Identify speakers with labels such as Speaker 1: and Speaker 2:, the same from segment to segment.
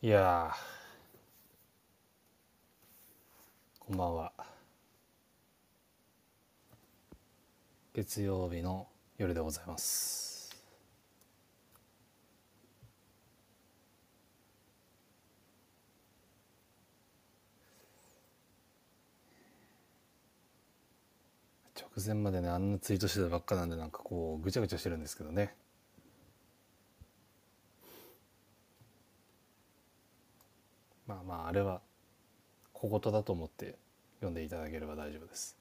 Speaker 1: いやーこんばんは月曜日の夜でございます直前までねあんなツイートしてたばっかなんでなんかこうぐちゃぐちゃしてるんですけどねまあまああれは小言だと思って読んでいただければ大丈夫です。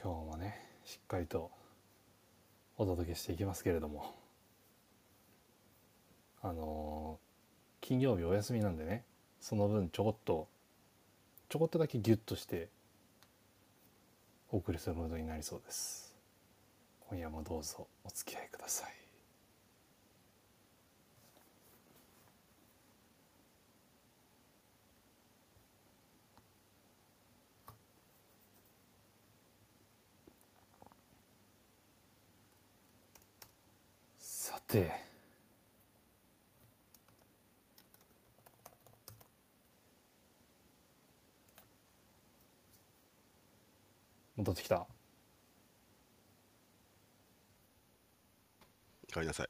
Speaker 1: 今日もねしっかりとお届けしていきますけれどもあのー金曜日お休みなんでねその分ちょこっとちょこっとだけギュッとしてお送りすることになりそうです今夜もどうぞお付き合いくださいさて戻ってきた
Speaker 2: 帰りなさい。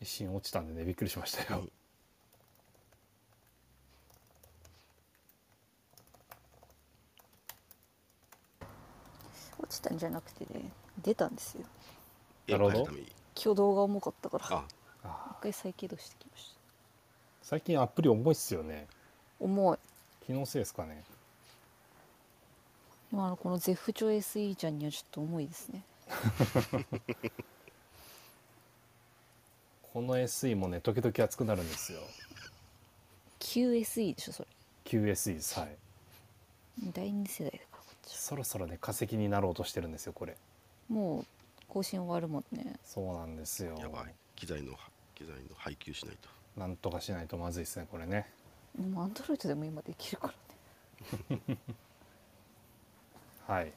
Speaker 1: 一瞬落ちたんでねびっくりしましたよ、
Speaker 2: うん
Speaker 3: 落ちたんじゃなくてね出たんですよ
Speaker 1: なるほど
Speaker 2: 絵を描いたために
Speaker 3: 挙動が重かったから
Speaker 2: あ、
Speaker 1: あ
Speaker 3: 一回再起動してきました
Speaker 1: 最近アプリ重いっすよね
Speaker 3: 重い
Speaker 1: 気のせいですかね
Speaker 3: 今のこのゼフチョ SE ちゃんにはちょっと重いですね
Speaker 1: この SE もね時々熱くなるんですよ
Speaker 3: QSE でしょそれ
Speaker 1: QSE ですはい
Speaker 3: 第二世代だからこっちは
Speaker 1: そろそろね化石になろうとしてるんですよこれ
Speaker 3: もう更新終わるもんね
Speaker 1: そうなんですよ
Speaker 2: やばい。機材の機材の配給しないと。
Speaker 1: なんとかしないとまずいですねこれね
Speaker 3: もうアンドロイドでも今できるからね
Speaker 1: はい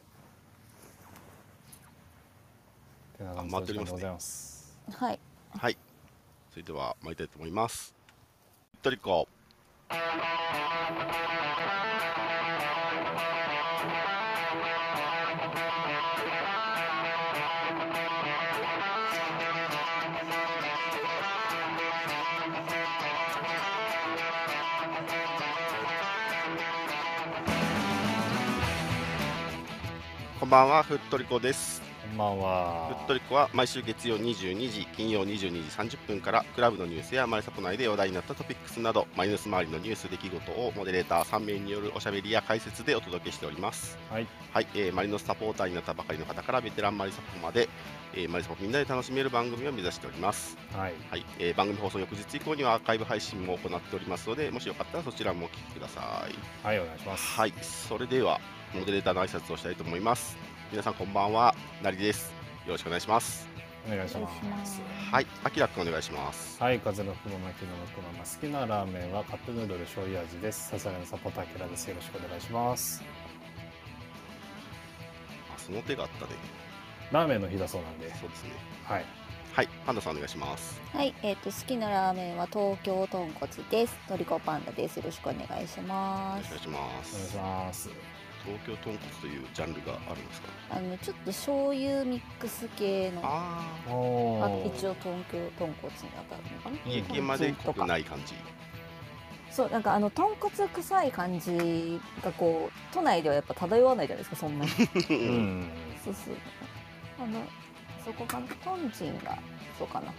Speaker 1: てな感じの
Speaker 2: あ回ってお
Speaker 1: 時間です
Speaker 2: りまね
Speaker 1: ございます
Speaker 3: はい
Speaker 2: はい。それでは参りたいと思います。トリコ。こんばんは、ふっとりこです。
Speaker 1: こんばん
Speaker 2: ぶっ
Speaker 1: は
Speaker 2: とりこは毎週月曜22時、金曜22時30分からクラブのニュースやマリサポ内で話題になったトピックスなどマイナス周りのニュース出来事をモデレーター3名によるおしゃべりや解説でお届けしております。
Speaker 1: はい
Speaker 2: はい、えーマリノスサポーターになったばかりの方からベテランマリサポまで、えーマリサポみんなで楽しめる番組を目指しております。
Speaker 1: はい
Speaker 2: はい、えー番組放送翌日以降にはアーカイブ配信も行っておりますので、もしよかったらそちらもお聞きください。
Speaker 1: はいお願いします
Speaker 2: はい、それではモデレーターの挨拶をしたいと思います。皆さんこんばんは、なりです。よろしくお願いします。
Speaker 1: お願いしま
Speaker 3: お願い
Speaker 1: す
Speaker 3: しま
Speaker 2: はい、あきらくんお願いします。
Speaker 1: はい、風の雲巻きの雲ま好きなラーメンはカップヌードル醤油味です。さすがのサポーターキラです。よろしくお願いします。
Speaker 2: あ、その手があったね。
Speaker 1: ラーメンの日だそうなんで、
Speaker 2: そうですね。
Speaker 1: はい、
Speaker 2: はい、パンダさんお願いします。
Speaker 3: はいえっ、と好きなラーメンは東京豚骨ですトリコパンダですよろしくお願いし
Speaker 2: お
Speaker 3: ま
Speaker 2: 願いしま
Speaker 1: お願い
Speaker 2: す
Speaker 1: し。ます。
Speaker 2: 東京豚骨というジャンルがあるんですか。
Speaker 3: あのちょっと醤油ミックス系の
Speaker 2: あ
Speaker 1: お
Speaker 3: あ
Speaker 1: お、
Speaker 3: 一応東京豚骨に当たるのかな
Speaker 2: あ、
Speaker 1: うん
Speaker 2: 家系まで濃くない感じ。
Speaker 3: そうなんかあの豚骨臭い感じがこう都内ではやっぱ漂わないじゃないですかそんなに
Speaker 2: う、
Speaker 1: うんん、
Speaker 3: そうそうあのそこかなトンチンがそうかな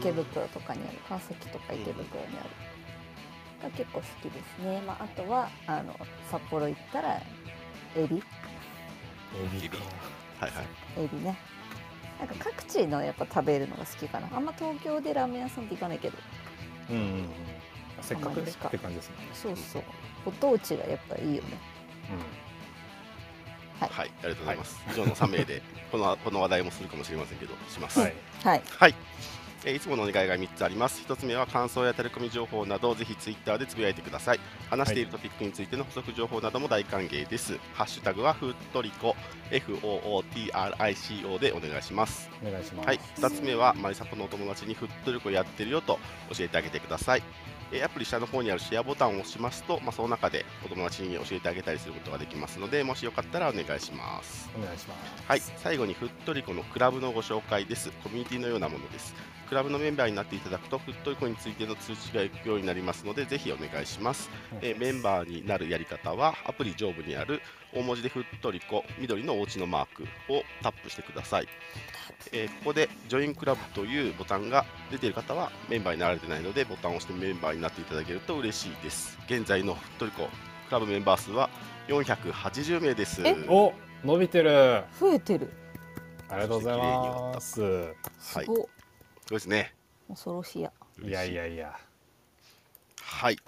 Speaker 3: 池袋とかにある川崎とか池袋にあるが結構好きですね、まあ、あとはあの札幌行ったらエビ
Speaker 1: エビ
Speaker 2: エ
Speaker 1: か
Speaker 2: ビ。はいはい。
Speaker 3: エビねなんか各地のやっぱ食べるのが好きかなあんま東京でラーメン屋さんって行かないけど
Speaker 1: うんうんうん、せっかく
Speaker 3: あまり
Speaker 1: ね
Speaker 3: しか
Speaker 1: って感じですもんね。
Speaker 3: そうそうご当地がやっぱいいよね
Speaker 2: はい、ありがとうございます。以上の3名で、この、この話題もするかもしれませんけど、しま
Speaker 1: う
Speaker 2: す。
Speaker 1: ん、は
Speaker 2: は
Speaker 1: い
Speaker 2: い。、
Speaker 3: はい
Speaker 2: えーいつものお願いが3つあります1つ目は感想やタレコミ情報などぜひツイッターでつぶやいてください話しているトピックについての補足情報なども大歓迎です、ハッシュタグはフットリコ FOOTRICO でお願いします
Speaker 1: お願いします。
Speaker 2: はい、2つ目はマリサポのお友達にフットルコやってるよと教えてあげてください。えーアプリ下の方にあるシェアボタンを押しますと、まあ、その中でお友達に教えてあげたりすることができますので、もしよかったらお願いします。
Speaker 1: お願いします。
Speaker 2: はい、最後にフットリコのクラブのご紹介です。コミュニティのようなものです。クラブのメンバーになっていただくと、フットリコについての通知が行くようになりますので、ぜひお願いします。えーメンバーになるやり方は、アプリ上部にある大文字でフットリコ、緑のお家のマークをタップしてください。えーここで、ジョインクラブというボタンが出ている方は、メンバーになられてないので、ボタンを押してメンバーになっていただけると嬉しいです。現在のフットリコ、クラブメンバー数は480名です。
Speaker 3: え
Speaker 1: お伸びてる。
Speaker 3: 増えてる
Speaker 1: ありがとうございます。
Speaker 3: すご、
Speaker 2: はいいそうですね。
Speaker 3: 恐ろしいや
Speaker 1: いやいやいや。
Speaker 2: はい。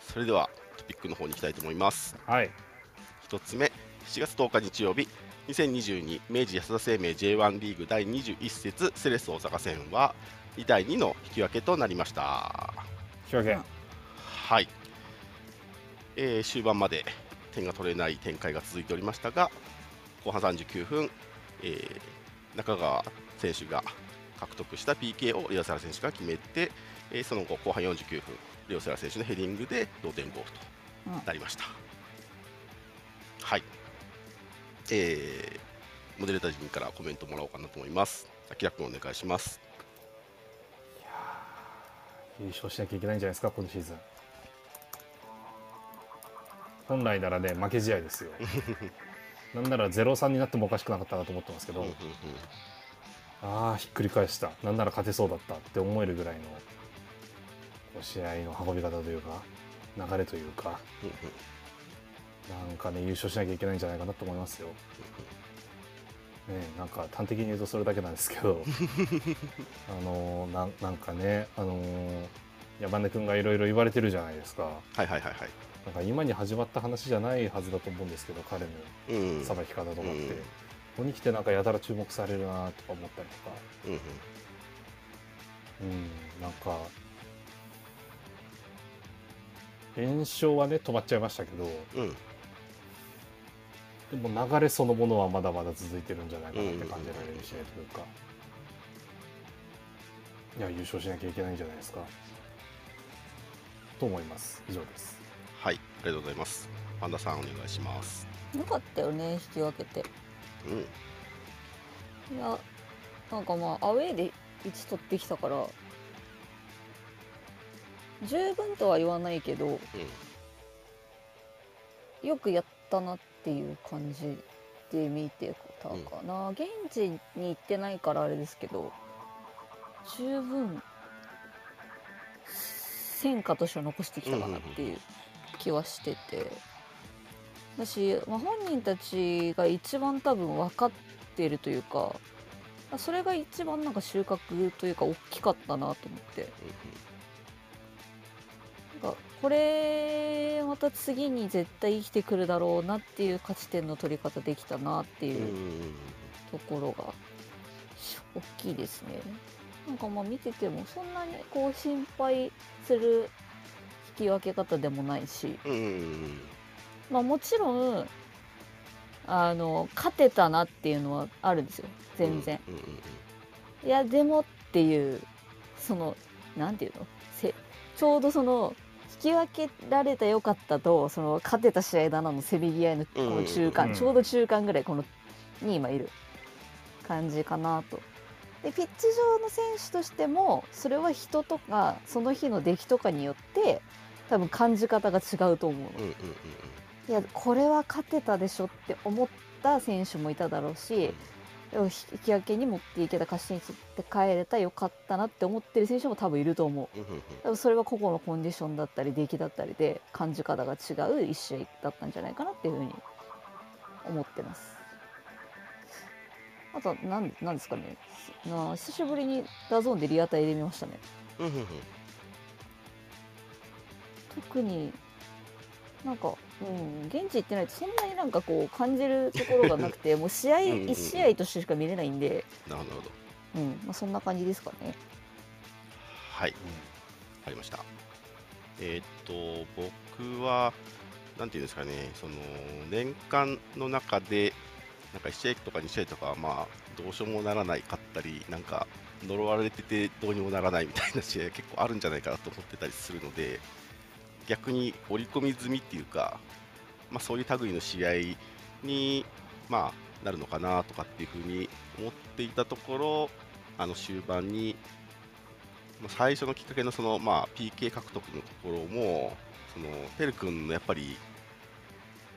Speaker 2: それではトピックの方に行きたいと思います。
Speaker 1: はい。
Speaker 2: 1つ目、7月10日日曜日、2022明治安田生命 J1 リーグ第21節セレッソ大阪戦は2対2の引き分けとなりました。
Speaker 1: 引き分け。
Speaker 2: はい。えー終盤まで点が取れない展開が続いておりましたが、後半39分、えー中川選手が獲得した PK をリオセラ選手が決めて、えーその後、後半49分、リオセラ選手のヘディングで同点ゴール
Speaker 3: うん
Speaker 2: となりました。はい。えーモデレーター陣からコメントもらおうかなと思います。あきらくんお願いします。
Speaker 1: 優勝しなきゃいけないんじゃないですか今シーズン本来ならね負け試合ですよ なんなら0-3になってもおかしくなかったなと思ってますけど、
Speaker 2: うんうんうん
Speaker 1: ああひっくり返したなんなら勝てそうだったって思えるぐらいのこう試合の運び方というか流れというか
Speaker 2: うんうん
Speaker 1: なんかね優勝しなきゃいけないんじゃないかなと思いますよ、ねえ、なんか端的に言うとそれだけなんですけど あのーなんなんかねあのー山根君がいろいろ言われてるじゃないですか
Speaker 2: はいはいはいはい。
Speaker 1: なんか今に始まった話じゃないはずだと思うんですけど彼
Speaker 2: うん
Speaker 1: のさばき方とかって、
Speaker 2: うん
Speaker 1: ここに来てなんかやたら注目されるなとか思ったりとか
Speaker 2: うんうん
Speaker 1: うんなんか連勝はね止まっちゃいましたけど
Speaker 2: うん
Speaker 1: でも流れそのものはまだまだ続いてるんじゃないかなって感じられる試合というか、いや優勝しなきゃいけないんじゃないですかと思います以上です
Speaker 2: はい、ありがとうございます。パンダさんお願いします。
Speaker 3: よかったよね引き分けて
Speaker 2: うん、
Speaker 3: いやなんかまあアウェーで1取ってきたから十分とは言わないけどよくやったなっていう感じで見てたかな、現地に行ってないからあれですけど十分戦果としては残してきたかなっていう気はしててだし、まあ、本人たちが一番多分分かってるというかそれが一番なんか収穫というか大きかったなと思って。なんかこれまた次に絶対生きてくるだろうなっていう勝ち点の取り方できたなって
Speaker 2: うん、うん、う、
Speaker 3: いうんところが大きいですね。なんかまあ見ててもそんなにこう心配する引き分け方でもないし、
Speaker 2: うん、うん、
Speaker 3: まあ、もちろんあの勝てたなっていうのはあるんですよ全然。。
Speaker 2: うん、うん、
Speaker 3: いやでもっていうそのなんていうのせちょうどその引き分けられた良かったとその勝てた試合だなのせめぎ合いのこの中間、
Speaker 1: うん
Speaker 3: ちょうど中間ぐらいこのに今いる感じかなと。でピッチ上の選手としてもそれは人とかその日の出来とかによって多分感じ方が違うと思うの。
Speaker 2: うん、うん、うん、
Speaker 3: いやこれは勝てたでしょって思った選手もいただろうし、引き分けに持っていけた勝ち点に取って帰れたよかったなって思ってる選手も多分いると思う
Speaker 2: うん、うん、
Speaker 3: 多分それは個々のコンディションだったり出来だったりで感じ方が違う一試合だったんじゃないかなっていうふうに思ってますあとなんなんですかねな久しぶりにダゾーンでリアタイで見ましたね
Speaker 2: うん、うん、
Speaker 3: 特になんか、うん、現地行ってないとそんなになんかこう感じるところがなくてもう試合
Speaker 2: うんうんうん
Speaker 3: 1試合としてしか見れないんで、
Speaker 2: なるほど。
Speaker 3: うんまあ、そんな感じですかね
Speaker 2: はいありました。えーっと、僕は、なんていうんですかね、その年間の中で、なんか1試合とか2試合とかは、まあ、どうしようもならないかったり、なんか呪われててどうにもならないみたいな試合が結構あるんじゃないかなと思ってたりするので、逆に織り込み済みっていうか、まあ、そういう類の試合に、まあ、なるのかなとかっていうふうに思っていたところ、あの終盤にまあ最初のきっかけのその、まあ、PK 獲得のところもそのてる君のやっぱり、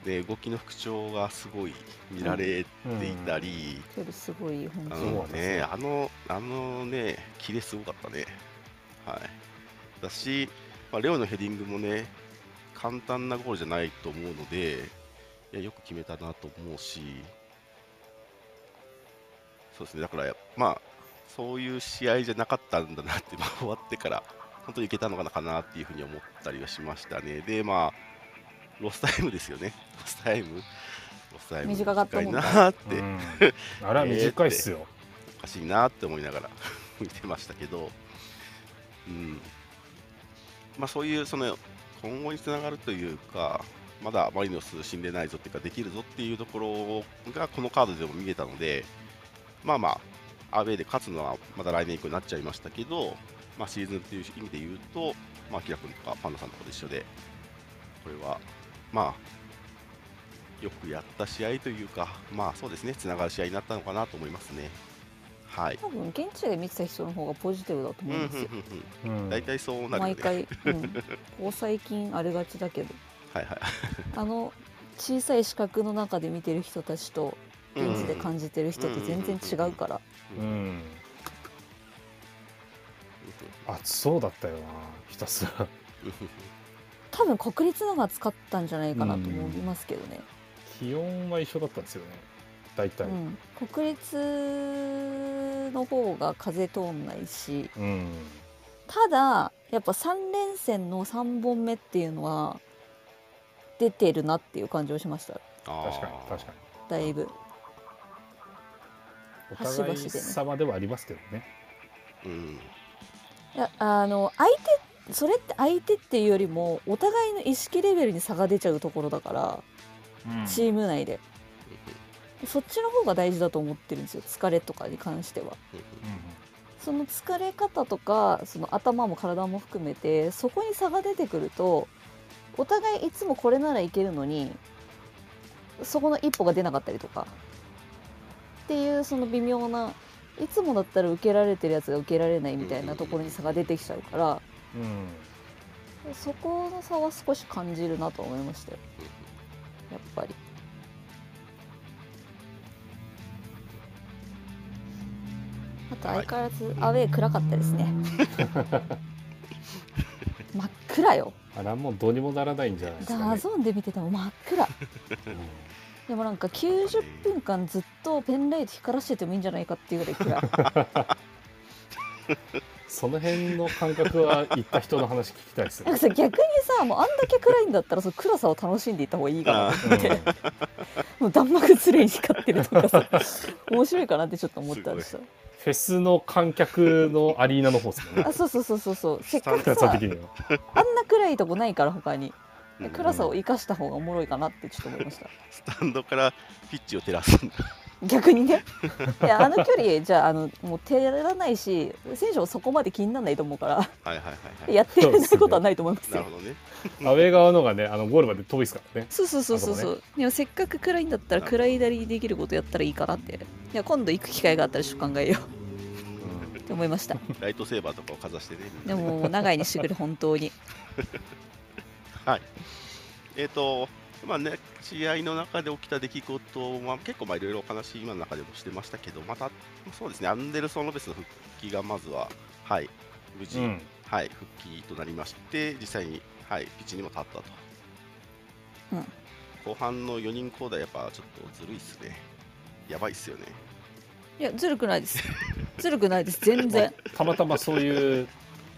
Speaker 2: ね、動きの復調がすごい見られ
Speaker 1: うん
Speaker 2: ていたり、
Speaker 3: それすごい本当
Speaker 2: あ
Speaker 1: そう
Speaker 2: の
Speaker 1: ですね
Speaker 2: ねあのあのねキレすごかったねはいだし、まあ、レオのヘディングもね簡単なゴールじゃないと思うのでいやよく決めたなと思うしそうですねだからまあそういう試合じゃなかったんだなって、まあ、 終わってから本当にいけたのかなっていうふうに思ったりはしましたねでまあロスタイムですよねロスタイムロスタイム
Speaker 3: 短かったもんね
Speaker 2: 短いなーって、
Speaker 1: うんあら短いっすよ、
Speaker 2: おかしいなって思いながら見てましたけど、うんまあ、そういうその今後につながるというか、まだマリノス死んでないぞっていうか、できるぞっていうところがこのカードでも見えたので、まあまあ、アウェーで勝つのはまた来年以降になっちゃいましたけど、まあ、シーズンという意味で言うと、まあ、キラ君とかパンダさんとかと一緒で、これは、まあ、よくやった試合というか、まあそうですね、つながる試合になったのかなと思いますね。はい。
Speaker 3: 多分現地で見てた人の方がポジティブだと
Speaker 2: うんう
Speaker 3: 思うんん
Speaker 2: うん
Speaker 3: ですよ、
Speaker 1: うん
Speaker 2: うん。大体そうなるよね。
Speaker 3: 毎回、うん、ここ最近あれがちだけど
Speaker 2: はいはい。
Speaker 3: あの小さい四角の中で見てる人たちと現地で感じてる人って全然違うから、
Speaker 1: う
Speaker 2: うんうんうん
Speaker 1: ん暑そうだったよなひたすら
Speaker 3: 多分確率の方が使ったんじゃないかなと思いますけどね、
Speaker 1: 気温は一緒だったんですよね大
Speaker 3: う
Speaker 1: 体
Speaker 3: ん国立の方が風通んないし
Speaker 1: うん
Speaker 3: ただやっぱ3連戦の3本目っていうのは出てるなっていう感じをしました
Speaker 2: あー
Speaker 1: 確かに確かに
Speaker 3: だいぶ
Speaker 1: お
Speaker 3: 端々
Speaker 1: 互
Speaker 3: で
Speaker 1: い
Speaker 3: ね
Speaker 1: 様ではありますけどね
Speaker 2: うん
Speaker 3: いやあの相手それって相手っていうよりもお互いの意識レベルに差が出ちゃうところだから、チーム内でそっちの方が大事だと思ってるんですよ疲れとかに関してはその疲れ方とかその頭も体も含めてそこに差が出てくるとお互いいつもこれならいけるのにそこの一歩が出なかったりとかっていうその微妙ないつもだったら受けられてるやつが受けられないみたいなところに差が出てきちゃうから
Speaker 1: うんうん
Speaker 3: そこの差は少し感じるなと思いましたよやっぱり。あと相変わらずアウェー暗かったです ね。真っ暗よ。
Speaker 1: あらもうどうにもならないんじゃないですか
Speaker 3: ダ
Speaker 1: ね
Speaker 3: ゾーンで見てても真っ暗。でもなんか90分間ずっとペンライト光らせててもいいんじゃないかっていうぐらい暗い。
Speaker 1: その辺の感覚は行った人の話聞きたいです
Speaker 3: なん
Speaker 1: ね
Speaker 3: かさ逆にさもうあんだけ暗いんだったらその暗さを楽しんでいった方がいいかな。もう弾幕つれに光ってると かさ面白いかなってちょっと思ったんですよ。
Speaker 1: フェスの観客のアリーナの方ですもん ね
Speaker 3: あそうそうそうそうそう。せっかく
Speaker 1: 深さ
Speaker 3: さ
Speaker 1: 的には
Speaker 3: あんな暗いとこないから他に。
Speaker 2: うん
Speaker 3: 暗さを生かした方がおもろいかなってちょっと思いました
Speaker 2: スタンドからピッチを照らすんだ。
Speaker 3: 逆に ねいやあの距離じゃああのもう手やらないし選手もそこまで気にならないと思うか
Speaker 2: はいはいはいは
Speaker 3: ら
Speaker 2: い。
Speaker 3: やってることはないと思います
Speaker 2: なる
Speaker 3: よ
Speaker 2: ほどね。
Speaker 1: アウェー側のがねあのゴールまで遠いですからね
Speaker 3: そうそうそうそうそう、でもせっかく暗いんだったら暗いなりにできることやったらいいかなっていや今度行く機会があったらちょっと考えようって思いました
Speaker 2: ライトセーバーとかをかざしてね。みん
Speaker 3: で
Speaker 2: なね
Speaker 3: ももう長いにしてくれ本当に
Speaker 2: えっ、と、まあね、試合の中で起きた出来事は結構まあいろいろお話、今の中でもしてましたけど、また、そうですね、アンデルソン・ロペスの復帰がまずは、はい、無事、
Speaker 1: うん
Speaker 2: はい、復帰となりまして、実際に、はい、ピッチにも立ったと。
Speaker 3: うん
Speaker 2: 後半の4人交代、やっぱちょっとずるいっすね。やばいっすよね。
Speaker 3: いやずるくな いですずるくないです全然
Speaker 1: たまたまそういう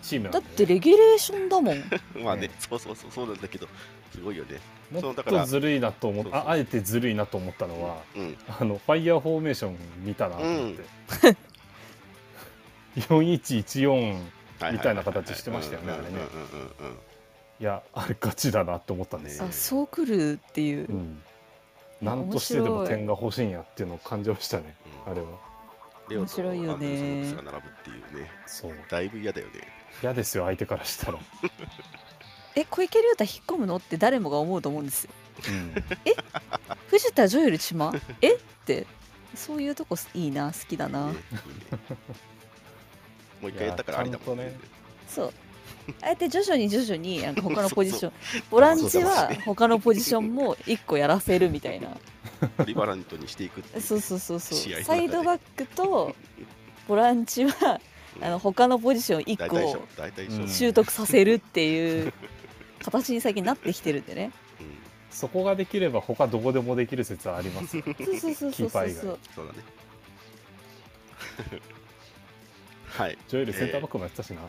Speaker 1: チームな
Speaker 3: だ
Speaker 1: ん
Speaker 3: っ
Speaker 1: でね
Speaker 3: てレギュレーションだもん
Speaker 2: まあね、
Speaker 1: ね
Speaker 2: そうそうそう、そうなんだけど、すごいよね。
Speaker 1: もっ
Speaker 2: そうだから
Speaker 1: とずるいなと思っ
Speaker 2: そうそう
Speaker 1: ああえてずるいなと思ったのは、
Speaker 2: うん、
Speaker 1: あのファイヤーフォーメーション見たなと思って、4114
Speaker 2: ははは
Speaker 1: みたいな形してましたよねあれね
Speaker 2: うんうんうんうん
Speaker 1: いやあれガチだなって思ったんですよ、
Speaker 2: ね
Speaker 3: あそうくるっていう、
Speaker 1: うん、なんとしてでも
Speaker 3: 面白い
Speaker 1: 点が欲しいんやっていうのを感じましたね
Speaker 2: うん
Speaker 1: あれは
Speaker 2: レオと
Speaker 3: 面白いよね
Speaker 2: アンデルソンの靴が並ぶっていうね
Speaker 1: そう
Speaker 2: だいぶ嫌だよね
Speaker 1: 嫌ですよ相手からしたら、
Speaker 3: え小池龍太引っ込むのって誰もが思うと思うんですよ
Speaker 1: うん、
Speaker 3: 藤田ジョエ ル島えってそういうとこいいな好きだな、
Speaker 2: ねいいねもう一回やったからありだもん
Speaker 1: いや
Speaker 2: ね
Speaker 1: ちゃんと
Speaker 3: そうあえて徐々に徐々になんか他のポジションボランチは他のポジションも一個やらせるみたいな
Speaker 2: ポリバラントにしていくっていう
Speaker 3: そうそうそうそ
Speaker 2: 試合の中
Speaker 3: う
Speaker 2: で
Speaker 3: サイドバックとボランチは
Speaker 2: うん
Speaker 3: あの他のポジション一
Speaker 2: 大
Speaker 3: 個
Speaker 2: 体一緒
Speaker 3: を
Speaker 2: 大体一緒、
Speaker 1: うん
Speaker 3: 習得させるっていう形に最近なってきてるんでね
Speaker 2: うん
Speaker 1: そこができれば他どこでもできる説はありますよ
Speaker 3: そうそうそうそうそう
Speaker 1: キーパー以
Speaker 3: そう
Speaker 1: 外
Speaker 2: そうだ ねはい
Speaker 1: ジョエルセンターバックもやってたしな、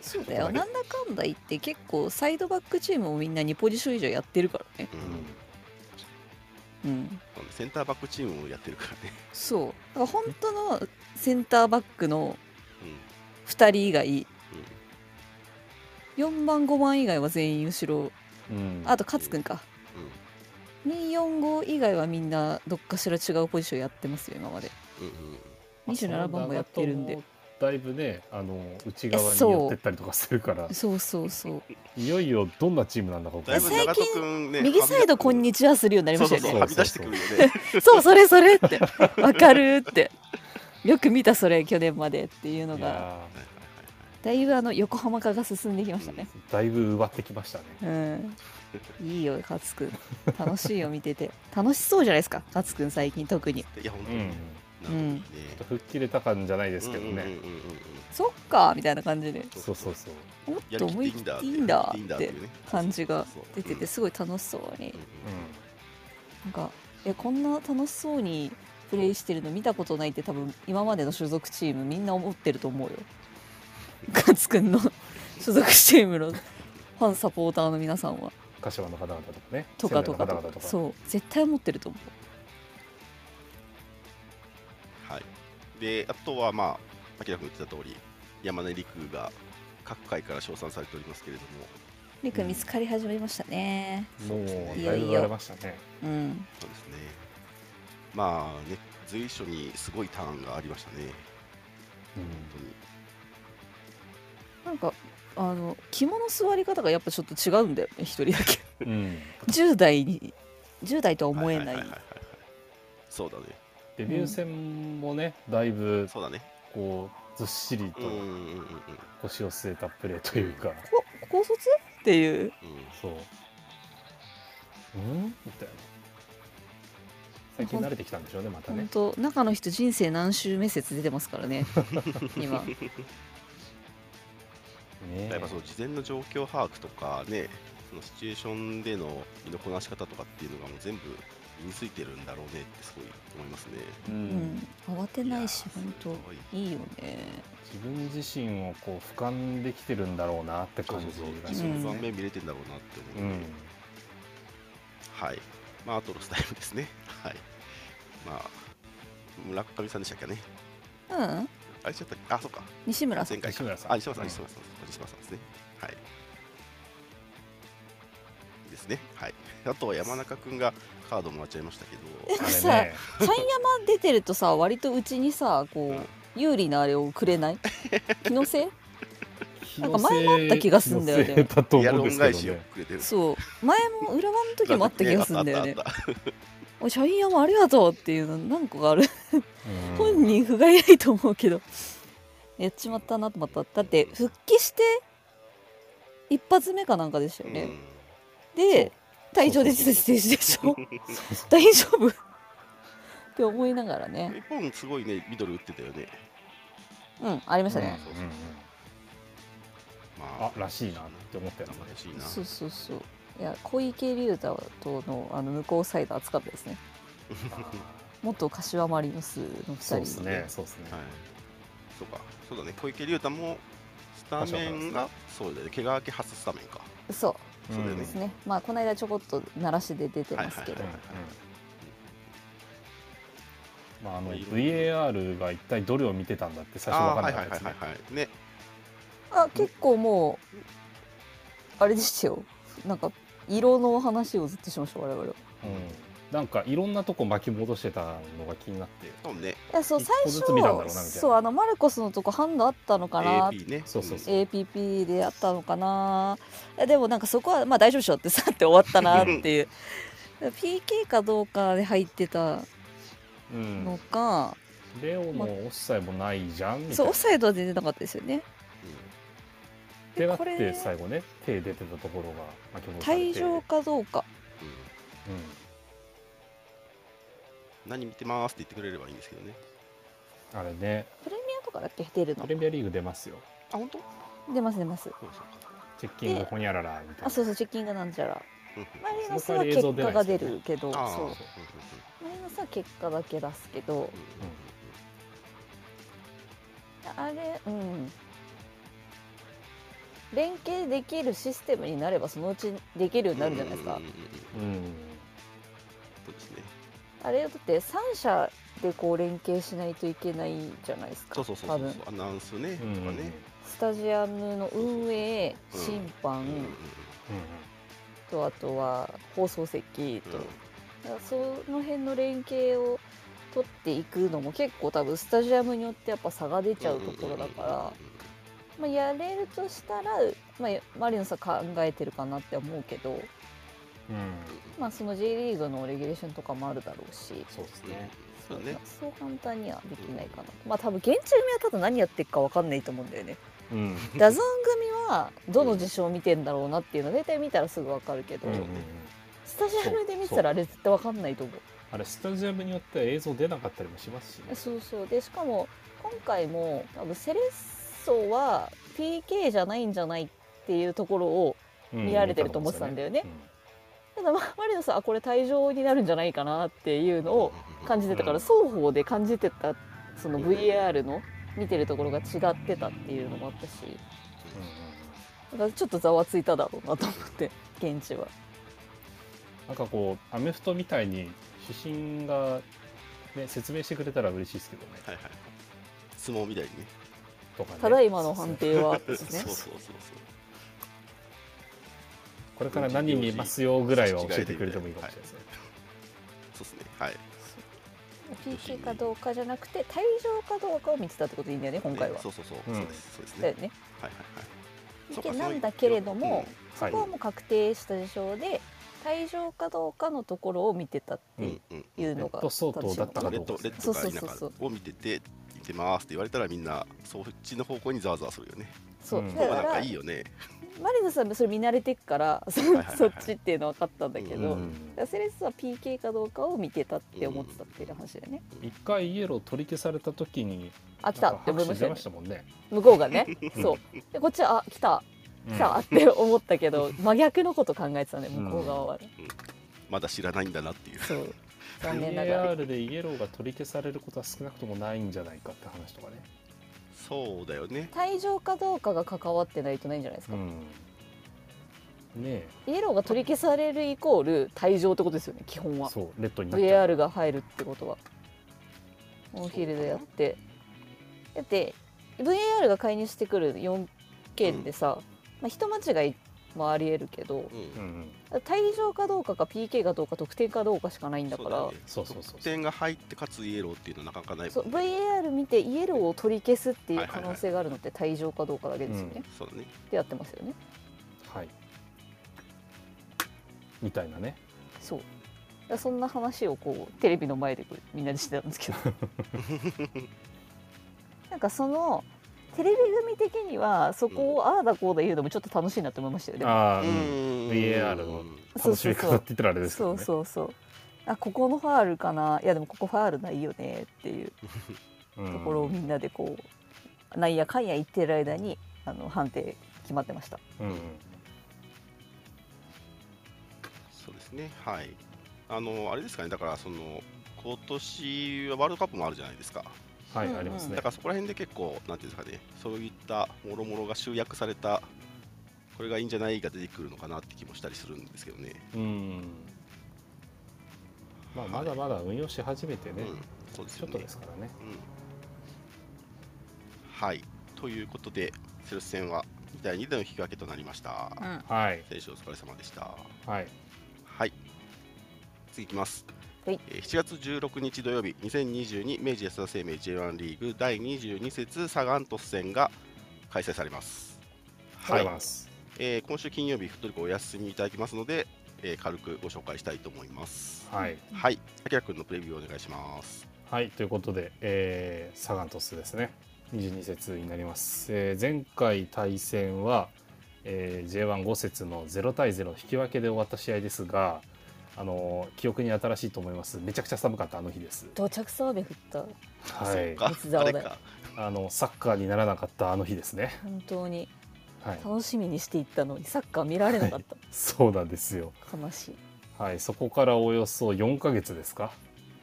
Speaker 3: そうだよなんだかんだ言って結構サイドバックチームもみんな2ポジション以上やってるからね
Speaker 2: うん
Speaker 1: うん
Speaker 3: うん
Speaker 2: センターバックチームもやってるからね、
Speaker 3: そうだから本当のセンターバックの
Speaker 2: うんうん
Speaker 3: 2人以外4番5番以外は全員後ろ
Speaker 1: うん
Speaker 3: あと勝くんか245以外はみんなどっかしら違うポジションやってますよ今まで
Speaker 2: うんうんうん
Speaker 3: 27番もやってるんで
Speaker 1: まあその長友だいぶねあの内側に寄ってったりとかするから
Speaker 3: そうそうそう
Speaker 1: いよいよどんなチームなんだか
Speaker 2: だいぶ
Speaker 3: 最
Speaker 2: 長
Speaker 3: 近
Speaker 2: 戸君ね
Speaker 3: 右サイドこんにちはするようになり
Speaker 2: そ
Speaker 3: ま
Speaker 2: う
Speaker 3: した
Speaker 2: そうそ
Speaker 3: よね
Speaker 2: う
Speaker 1: ね
Speaker 2: はみ出してくるよね
Speaker 3: そうそれそれってわかるってよく見たそれ去年までっていうの
Speaker 1: い
Speaker 3: が
Speaker 1: や
Speaker 3: だいぶあの横浜化が進んできましたね
Speaker 1: ーだいぶ奪ってきましたね
Speaker 3: うんいいよ勝くん楽しいよ見てて楽しそうじゃないですか勝くん最近特に
Speaker 2: いや本当
Speaker 1: う
Speaker 2: に
Speaker 1: んち
Speaker 2: ね、なんかいいね
Speaker 1: ょっと吹っ切れた感じゃないで
Speaker 2: です
Speaker 1: けどね、
Speaker 2: うんうんうんうんうん
Speaker 3: そっかみたいな感じで
Speaker 1: そうそうそう
Speaker 3: もっ
Speaker 2: や
Speaker 3: と
Speaker 2: りき
Speaker 3: 思
Speaker 2: っ
Speaker 3: い
Speaker 2: ていい
Speaker 3: 切
Speaker 2: んだ
Speaker 3: っていいんだ
Speaker 2: やりき
Speaker 3: っ
Speaker 2: っていいんだって
Speaker 3: て
Speaker 2: いうね
Speaker 3: 感じ
Speaker 2: そ
Speaker 3: が
Speaker 2: うそう
Speaker 3: 出ててすごい楽しそうに
Speaker 2: うん
Speaker 3: なんかえこんな楽しそうにプレイしてるの見たことないって多分今までの所属チームみんな思ってると思うよ。 勝くんの 所属チームのファンサポーターの皆さんは
Speaker 1: 柏の方々とかね
Speaker 3: とかとか
Speaker 1: 仙台の
Speaker 3: と
Speaker 1: 方々
Speaker 3: か
Speaker 1: とか
Speaker 3: そう絶対思ってると思
Speaker 2: はいであとはまあ明君言ってた通り山根陸が各界から称賛されておりますけれども
Speaker 3: う。りくん見つかり始めましたね。
Speaker 1: もう
Speaker 2: い
Speaker 1: だ
Speaker 3: よ
Speaker 1: いぶ
Speaker 3: い
Speaker 1: 言われ
Speaker 3: よ。
Speaker 1: ましたね
Speaker 3: うん、
Speaker 2: そうですねまあね随所にすごいターンがありましたね本
Speaker 3: なんかあの着物座り方がやっぱちょっと違うんだよね一人だけ。
Speaker 1: うん、うん
Speaker 3: 10代に10代とは
Speaker 2: 当に
Speaker 3: 思えな
Speaker 2: はいははははそうだね
Speaker 1: デビュー戦もねだいぶ
Speaker 2: そうだね
Speaker 1: こうずっしりと
Speaker 2: うんうんうんうんうん
Speaker 1: 腰を据えたプレーというか、
Speaker 3: こ高卒っていう
Speaker 1: そううんみたいな最近慣れてきたんでしょうねまた
Speaker 3: 本
Speaker 1: ね
Speaker 3: 当中の人人生何周目説出てますか らね今
Speaker 1: ね
Speaker 2: やっぱその事前の状況把握とかね、そのシチュエーションでの身のこなし方とかっていうのがもう全部身についてるんだろうねってすごい思いますね。
Speaker 1: う
Speaker 3: うんん、慌てないし本
Speaker 2: いや
Speaker 3: 当いいよね
Speaker 1: 自分自身をこう俯瞰できてるんだろうなって
Speaker 2: そう
Speaker 1: 感じ
Speaker 2: そう
Speaker 1: が
Speaker 2: そう
Speaker 1: し、ます
Speaker 2: 自
Speaker 3: う
Speaker 2: 分
Speaker 3: ん
Speaker 2: の盤面見れてんだろうなって
Speaker 1: う
Speaker 2: 思う、
Speaker 1: ん
Speaker 2: はい。まあ、あとロスタイムですね。 はい。まあ、村上さんでしたっけね。
Speaker 3: うん
Speaker 2: あれちゃったっけあ、そうか。
Speaker 3: 西村さん
Speaker 2: 前回か
Speaker 1: 西村さん
Speaker 2: あ、西村さん、
Speaker 1: うん
Speaker 2: 西村さん、西村さんですね。はい。ですね。はい。 あとは山中君がカードもらっちゃいましたけど。
Speaker 1: あれ
Speaker 3: さ
Speaker 1: ね
Speaker 3: ちゃんやま出てるとさ割とうちにさこう有利なあれをくれ ない気のせいなんか前もあった気がすんだよね
Speaker 1: 気のせいだと
Speaker 2: リアル
Speaker 1: 思うん
Speaker 2: 恩
Speaker 1: ですけど
Speaker 2: 返しを
Speaker 1: ね
Speaker 2: くれてる。
Speaker 3: そう前も裏番の時もあった気がするんだよね
Speaker 2: あったあったあっ
Speaker 3: 「おい社員やまありがとう」っていうの何個かある
Speaker 1: うん
Speaker 3: 本人不甲斐ないと思うけどやっちまったなと思っただって復帰して一発目かなんかでした
Speaker 2: た
Speaker 3: よ
Speaker 2: う
Speaker 3: ね
Speaker 2: ん、
Speaker 3: で
Speaker 1: そう
Speaker 3: 退場で出てでし ょ
Speaker 1: そうそう
Speaker 3: 大丈夫って思いながらね
Speaker 2: 日本すごいねミドル打ってたよね。
Speaker 3: うんありましたね、
Speaker 1: うんうんうん
Speaker 2: ま
Speaker 1: あらしいなって思ったよね
Speaker 2: らしいな。
Speaker 3: そうそうそういや小池龍太とのあの向こうサイド熱かったですね
Speaker 1: あー
Speaker 3: 元柏マリノスの2人
Speaker 1: そうですねそうですね
Speaker 2: はい。そうか。そうだね。小池龍太もスタメンがそうだね。怪我明け初スタメンか。
Speaker 3: そう
Speaker 1: うん
Speaker 2: そうだよ
Speaker 3: で
Speaker 2: ね
Speaker 3: すねまあこの間ちょこっと鳴らしで出てますけど、
Speaker 1: うんう
Speaker 2: は
Speaker 1: ん
Speaker 2: い
Speaker 1: まあ、あの
Speaker 2: はいまあいろいろ
Speaker 1: VAR が一体どれを見てたんだって最初分かんなかったですね
Speaker 2: あーはいはいはいはいはい。ね。
Speaker 3: あ結構もうあれでしたよなんか色の話をずっとしました我々は
Speaker 1: うん、なんかいろんなとこ巻き戻してたのが気になって
Speaker 2: そうね。
Speaker 3: いやそう
Speaker 1: 一
Speaker 3: 最
Speaker 1: 個
Speaker 3: 初
Speaker 1: ずつ見たんだろうなみたいな
Speaker 3: そうあのマルコスのとこハンドあったのかな
Speaker 2: AP ね。
Speaker 1: そうそうそ
Speaker 3: APP であったのかないやでもなんかそこはまあ大丈夫でしょってさって終わったなっていう PK かどうかで入ってた
Speaker 1: うん
Speaker 3: のか、
Speaker 1: レオのオフサイドもないじゃんみた
Speaker 3: そ
Speaker 1: いうな
Speaker 3: オフサイドは全然なかったですよね
Speaker 1: ってなっ
Speaker 3: これ
Speaker 1: て最後ね手出てたところが巻き戻され
Speaker 3: 退
Speaker 1: て
Speaker 3: 場かどうか
Speaker 2: うんう
Speaker 1: う
Speaker 2: ん
Speaker 1: ん
Speaker 2: 何見てますって言ってくれればいいんですけどね。
Speaker 1: あれね
Speaker 4: プレミアとかだっけ出るの
Speaker 1: プレミアリーグ出ますよ
Speaker 2: あ、本当
Speaker 3: 出ます出ます
Speaker 2: そうそうか。
Speaker 1: チェッキングほにゃららみたいな
Speaker 3: あそうそうチェッキングなんじゃら
Speaker 2: うんうん
Speaker 3: マリノスは結果が出るけど
Speaker 2: あー
Speaker 3: そ
Speaker 2: う
Speaker 3: う
Speaker 2: んうん
Speaker 4: マイナスは結果だけ出すけど
Speaker 3: あれうん連携できるシステムになればそのうちできるよう
Speaker 2: うん
Speaker 3: になるんじゃないですか、
Speaker 2: うんうんうん
Speaker 1: う
Speaker 2: うん
Speaker 1: ん
Speaker 2: そうですね。
Speaker 3: あれだって3社でこう連携しないといけないじゃないですか
Speaker 2: そうそうそう
Speaker 3: 多
Speaker 2: そう
Speaker 3: 分
Speaker 2: そう。アナウンスね。と
Speaker 1: う
Speaker 2: か
Speaker 1: んうんうんうん
Speaker 2: ね。
Speaker 3: スタジアムの運営
Speaker 2: うん
Speaker 3: 審
Speaker 2: う
Speaker 3: 判
Speaker 2: んうんうん
Speaker 3: とあとは放送席と、
Speaker 2: うん
Speaker 3: だからその辺の連携を取っていくのも結構多分スタジアムによってやっぱ差が出ちゃうところだから、まあ、やれるとしたら、まあ、マリノスは考えてるかなって思うけど、
Speaker 1: うん
Speaker 3: まあ、その J リーグのレギュレーションとかもあるだろうし
Speaker 1: そうです
Speaker 2: うんうんうんうん
Speaker 1: ね
Speaker 2: そうね。
Speaker 3: そう簡単にはできないかなまあ多分現地組はただ何やってるか分かんないと思うんだよね
Speaker 1: うん
Speaker 3: ダゾーン組はどの事象を見てんだろうなっていうのは大体見たらすぐ分かるけど、
Speaker 1: うんうんうん
Speaker 3: スタジアムで見てたらあれ絶対分かんないと思う
Speaker 1: あれスタジアムによっては映像出なかったりもしますしね
Speaker 3: そうそうでしかも今回も多分セレッソは PK じゃないんじゃないっていうところを
Speaker 1: うん
Speaker 3: 見られてると思ってたんだよね
Speaker 1: うん
Speaker 3: ただまあマリノスはあこれ退場になるんじゃないかなっていうのを感じてたから双方で感じてたその VAR の見てるところが違ってたっていうのもあったし
Speaker 1: うんうん
Speaker 3: だからちょっとざわついただろうなと思 って現地は
Speaker 1: なんかこうアメフトみたいに指針がね説明してくれたら嬉しいですけどね
Speaker 2: はいはい。相撲みたいにね。
Speaker 1: とかね
Speaker 3: ただいまの判定は
Speaker 2: そう
Speaker 3: で
Speaker 2: そう
Speaker 3: す
Speaker 2: そう
Speaker 3: ね
Speaker 2: そう。
Speaker 1: これから何見ますよぐらいは教えてくれてもいいかもしれないですね
Speaker 2: そうですね。はい。
Speaker 3: PK かどうかじゃなくて退場かどうかを見てたってことでいいんだよね今回は
Speaker 2: そうそうそう。
Speaker 1: うん
Speaker 2: そうです。そうです
Speaker 3: だ
Speaker 2: ね
Speaker 3: よ。ね
Speaker 2: はいはいはい。
Speaker 3: PK なんだけれども、
Speaker 1: は
Speaker 3: そ
Speaker 1: い
Speaker 3: こはもう確定した事象で退場かどうかのところを見てたって
Speaker 2: うん
Speaker 3: い
Speaker 2: うんうん
Speaker 3: う
Speaker 1: レ
Speaker 3: の
Speaker 1: ッ
Speaker 3: が
Speaker 1: ド相当だったか
Speaker 2: レ
Speaker 1: どう
Speaker 2: ッ
Speaker 1: か
Speaker 2: ド
Speaker 1: です
Speaker 2: レ
Speaker 1: ね
Speaker 2: ッドか否
Speaker 3: そうそうそう
Speaker 2: かを見てて見てますって言われたらみんなそっちの方向にざわざわするよね。
Speaker 3: そう
Speaker 1: うん
Speaker 3: だ
Speaker 2: まあな
Speaker 3: か
Speaker 2: んからいいよね。
Speaker 3: マリノスはそれ見慣れてっ からそ
Speaker 2: はいはい
Speaker 3: そっちっていうのは分かったんだけ
Speaker 1: う
Speaker 3: ど、
Speaker 1: ん
Speaker 2: う
Speaker 3: だからセレッソは PK かどうかを見てたって思ってたっていう話だよね、
Speaker 1: 一回イエロー取り消された時に
Speaker 3: あ来たって思いまし
Speaker 1: 出
Speaker 3: たよ
Speaker 1: ま
Speaker 3: ね
Speaker 1: したもんね
Speaker 3: 向こうが ねそうでこっちはあ来た来たって思った けど真逆のこと考えてたね向こう側はね、
Speaker 2: まだ知らないんだなっていう。
Speaker 3: そう残念ながら
Speaker 1: VAR でイエローが取り消されることは少なくともないんじゃないかって話とかね
Speaker 2: そうだよね。
Speaker 3: 退場かどうかが関わってないとないんじゃないですか、
Speaker 1: うんね
Speaker 3: イエローが取り消されるイコール退場ってことですよね基本
Speaker 1: え
Speaker 3: は
Speaker 1: そうレッドになっちゃう
Speaker 3: VAR が入るってことはオンフィールドやってだって VAR が介入してくる 4K でさ、まあ、人間違いもありえるけ
Speaker 2: う
Speaker 3: ど
Speaker 2: ん
Speaker 1: うんうん
Speaker 3: 退場かどうかか PK かどうか得点かどうかしかないんだから
Speaker 2: よね
Speaker 1: そうそうそう
Speaker 2: 得点が入ってかつイエローっていうのはなかなかない
Speaker 3: そ
Speaker 2: も
Speaker 3: う、
Speaker 2: んね
Speaker 3: VAR 見てイエローを取り消すっていう可能性があるのって退場かどうかだけですよね、
Speaker 1: うん
Speaker 2: そうだね。
Speaker 3: ってやってますよね
Speaker 1: はいみたいなね
Speaker 3: そうだからそんな話をこうテレビの前でこうみんなでしてたんです けどなんかそのテレビ組的にはそこをああだこうだ言うのもちょっと楽しいなと思いましたよね、
Speaker 1: ああ、うん
Speaker 2: うん
Speaker 1: VAR の
Speaker 3: そう
Speaker 1: 楽し
Speaker 3: そう
Speaker 1: み
Speaker 3: そ
Speaker 1: 方っ
Speaker 3: う
Speaker 1: て言ったらあれですけ
Speaker 3: そ
Speaker 1: ど
Speaker 3: う
Speaker 1: ね
Speaker 3: そうそうあここのファールかないやでもここファールないよねっていう
Speaker 1: うん
Speaker 3: ところをみんなでこうなんやかんや言ってる間にあの判定決まってました
Speaker 1: うん
Speaker 2: そうですね。はい。あのあれですかね。だからその今年はワールドカップもあるじゃないですか。
Speaker 1: はい、
Speaker 3: うんうん
Speaker 1: あります
Speaker 2: だ
Speaker 1: ね
Speaker 2: からそこら辺で結構なんていうんですかね。そういったもろもろが集約された。これがいいんじゃないが出てくるのかなって気もしたりするんですけどね。
Speaker 1: うんまあまだまだ運用し始めてね、
Speaker 2: うん、そうです
Speaker 1: ちょ
Speaker 2: よ
Speaker 1: っと
Speaker 2: ね
Speaker 1: で。すからね
Speaker 2: うんはい。ということで、セルス戦は2対2での引き分けとなりました。
Speaker 3: うん
Speaker 1: はい
Speaker 2: 選手お疲れ様でした。
Speaker 1: はい
Speaker 2: はい。次いきます。
Speaker 4: はい
Speaker 2: えー7月16日土曜日、2022明治安田生命 J1 リーグ第22節サガン鳥栖戦が開催されます。
Speaker 1: ありがとうございます
Speaker 2: えー今週金曜日、ふとりこお休みいただきますので、えー軽くご紹介したいと思います。
Speaker 1: はい
Speaker 2: はい、あきらくんのプレビューお願いします。
Speaker 1: はいということで、えー、サガン鳥栖ですね22節になります、えー前回対戦は、えー J15 節の0対0引き分けで終わった試合ですがあのー記憶に新しいと思いますめちゃくちゃ寒かったあの日です
Speaker 3: 到着サーベ降った
Speaker 1: はい
Speaker 2: そうか
Speaker 3: 別沢
Speaker 2: あ
Speaker 3: だ
Speaker 2: れか。
Speaker 1: あのサッカーにならなかったあの日ですね
Speaker 3: 本当に
Speaker 1: はい
Speaker 3: 楽しみにしていったのにサッカー見られなかった、
Speaker 1: そうなんですよ
Speaker 3: 悲しい
Speaker 1: はい、そこからおよそ4ヶ月ですか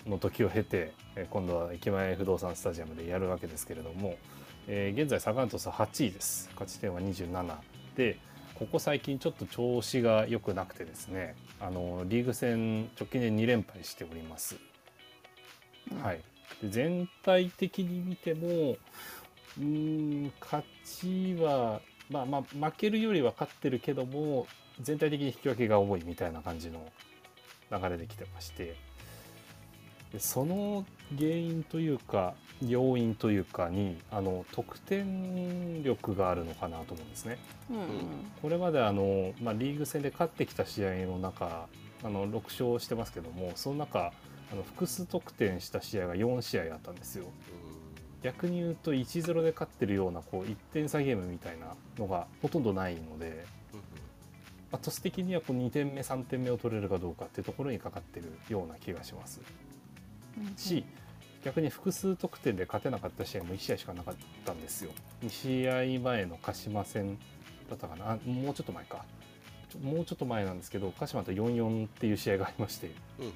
Speaker 1: の時を経て、えー今度は駅前不動産スタジアムでやるわけですけれども、えー現在サガン鳥栖8位です勝ち点は27でここ最近ちょっと調子が良くなくてですねあのリーグ戦直近で2連敗しております、はい、で全体的に見てもうーん勝ちはまあまあ負けるよりは勝ってるけども全体的に引き分けが多いみたいな感じの流れできてましてでその原因というか要因というかにあの得点力があるのかなと思うんですね。
Speaker 3: うん
Speaker 1: これまであの、まあ、リーグ戦で勝ってきた試合の中あの6勝してますけどもその中あの複数得点した試合が4試合あったんですよ。逆に言うと1-0で勝ってるようなこう1点差ゲームみたいなのがほとんどないので。まあ、トス的にはこう2点目3点目を取れるかどうかっていうところにかかってるような気がしますし逆に複数得点で勝てなかった試合も1試合しかなかったんですよ2試合前の鹿島戦だったかなあもうちょっと前かちょもうちょっと前なんですけど鹿島と4-4っていう試合がありまして
Speaker 2: うんうんうん